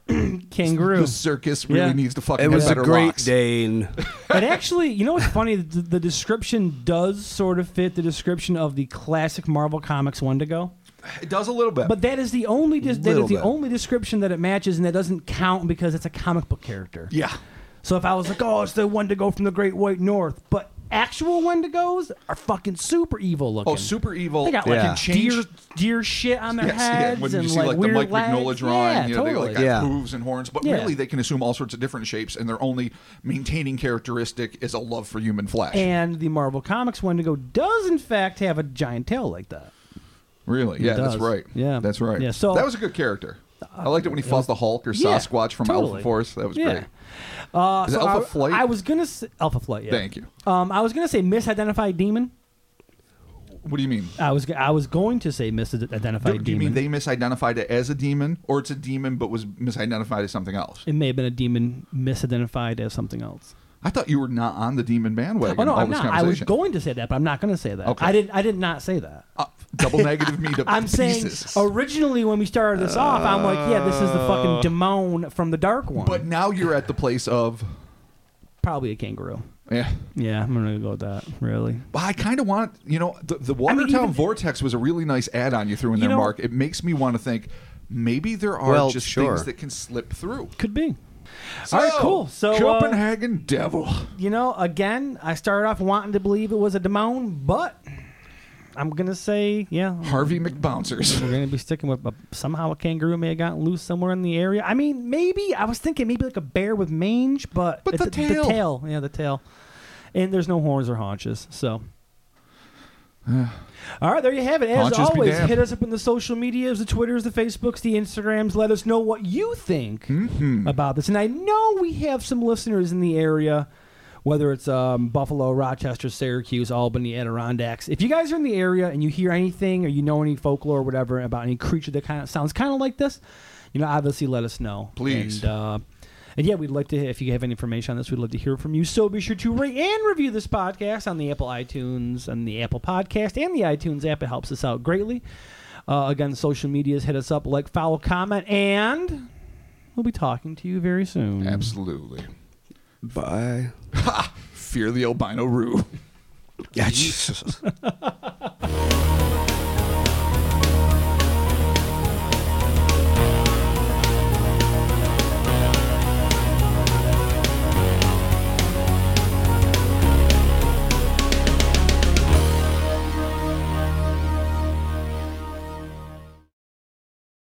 Speaker 1: kangaroo.
Speaker 3: the circus really
Speaker 1: Yeah.
Speaker 3: needs to fucking.
Speaker 2: It
Speaker 3: get
Speaker 2: was a
Speaker 3: better
Speaker 2: Great
Speaker 3: locks.
Speaker 2: Dane.
Speaker 1: it actually, you know what's funny? The, the description does sort of fit the description of the classic Marvel Comics Wendigo.
Speaker 3: It does a little bit,
Speaker 1: But that is the only dis- that
Speaker 2: Little
Speaker 1: is the
Speaker 2: bit.
Speaker 1: only description that it matches, and that doesn't count because it's a comic book character.
Speaker 3: yeah,
Speaker 1: So if I was like, oh, it's the Wendigo from the Great White North, but actual Wendigos are fucking super evil looking.
Speaker 3: oh, super evil.
Speaker 1: They got
Speaker 3: It
Speaker 1: like
Speaker 2: Yeah.
Speaker 3: can change.
Speaker 1: deer, deer shit on their
Speaker 3: Yes, yeah.
Speaker 1: heads
Speaker 3: When
Speaker 1: and
Speaker 3: you see
Speaker 1: like,
Speaker 3: like, the
Speaker 1: weird
Speaker 3: Mike
Speaker 1: legs.
Speaker 3: Mignola drawing,
Speaker 1: yeah,
Speaker 3: you know,
Speaker 1: totally.
Speaker 3: they like have
Speaker 2: Yeah.
Speaker 3: hooves and horns, but
Speaker 1: Yeah.
Speaker 3: really they can assume all sorts of different shapes, and their only maintaining characteristic is a love for human flesh.
Speaker 1: and the Marvel Comics Wendigo does in fact have a giant tail like that.
Speaker 3: Really?
Speaker 1: He
Speaker 3: Yeah, that's
Speaker 1: does.
Speaker 3: right.
Speaker 1: Yeah.
Speaker 3: that's right.
Speaker 1: Yeah, so- Uh,
Speaker 3: that was a good character. I liked it when he fought the Hulk or
Speaker 1: Yeah,
Speaker 3: Sasquatch from
Speaker 1: totally.
Speaker 3: Alpha Force. That was
Speaker 1: Yeah.
Speaker 3: great.
Speaker 1: Uh,
Speaker 3: Is
Speaker 1: so
Speaker 3: it Alpha
Speaker 1: I,
Speaker 3: Flight?
Speaker 1: I was gonna say, Alpha Flight. Yeah.
Speaker 3: Thank you.
Speaker 1: Um, I was gonna say misidentified demon.
Speaker 3: What do you mean?
Speaker 1: I was I was going to say misidentified
Speaker 3: Do,
Speaker 1: demon.
Speaker 3: do you mean they misidentified it as a demon, or it's a demon but was misidentified as something else?
Speaker 1: it may have been a demon misidentified as something else.
Speaker 3: I thought you were not on the demon bandwagon.
Speaker 1: Oh no,
Speaker 3: all
Speaker 1: I'm
Speaker 3: this
Speaker 1: not. I was
Speaker 3: conversation.
Speaker 1: going to say that, but I'm not going to say that.
Speaker 3: Okay.
Speaker 1: I did. I did not say that.
Speaker 3: Uh, double negative me to
Speaker 1: I'm saying
Speaker 3: pieces.
Speaker 1: originally when we started this off, I'm like, yeah, this is the fucking demon from the dark one,
Speaker 3: Uh, but now you're at the place of
Speaker 1: probably a kangaroo.
Speaker 3: yeah.
Speaker 1: Yeah, I'm gonna go with that. Really,
Speaker 3: Well, I kind of want you know the, the
Speaker 1: mean,
Speaker 3: Watertown
Speaker 1: even-
Speaker 3: Vortex was a really nice add-on you threw in
Speaker 1: You
Speaker 3: there,
Speaker 1: know-
Speaker 3: Mark. It makes me want to think maybe there are
Speaker 2: Well,
Speaker 3: just
Speaker 2: sure.
Speaker 3: things that can slip through.
Speaker 1: could be. All right, cool. So, uh,
Speaker 3: Copenhagen Devil.
Speaker 1: You know, again, I started off wanting to believe it was a demon, but I'm gonna say, yeah,
Speaker 3: Harvey McBouncers.
Speaker 1: We're gonna be sticking with but somehow a kangaroo may have gotten loose somewhere in the area. I mean, maybe I was thinking maybe like a bear with mange, but
Speaker 3: But
Speaker 1: it-
Speaker 3: the tail.
Speaker 1: yeah, the tail, and there's no horns or haunches, so. All right, there you have it. As
Speaker 3: Haunches be
Speaker 1: always,
Speaker 3: damned.
Speaker 1: hit us up in the social medias, the Twitters, the Facebooks, the Instagrams. Let us know what you think
Speaker 3: Hmm. Mm-hmm.
Speaker 1: about this. And I know we have some listeners in the area, whether it's um, Buffalo, Rochester, Syracuse, Albany, Adirondacks. If you guys are in the area and you hear anything or you know any folklore or whatever about any creature that kind of sounds kind of like this, you know, obviously let us know.
Speaker 3: Please.
Speaker 1: And, uh, and yeah, we'd like to. If you have any information on this, we'd love to hear from you. So be sure to rate and review this podcast on the Apple iTunes and the Apple Podcast and the iTunes app. It helps us out greatly. Uh, again, social medias hit us up, like, follow, comment, and we'll be talking to you very soon.
Speaker 3: Absolutely.
Speaker 2: Bye.
Speaker 3: Fear the albino roo.
Speaker 2: Yeah, Jesus.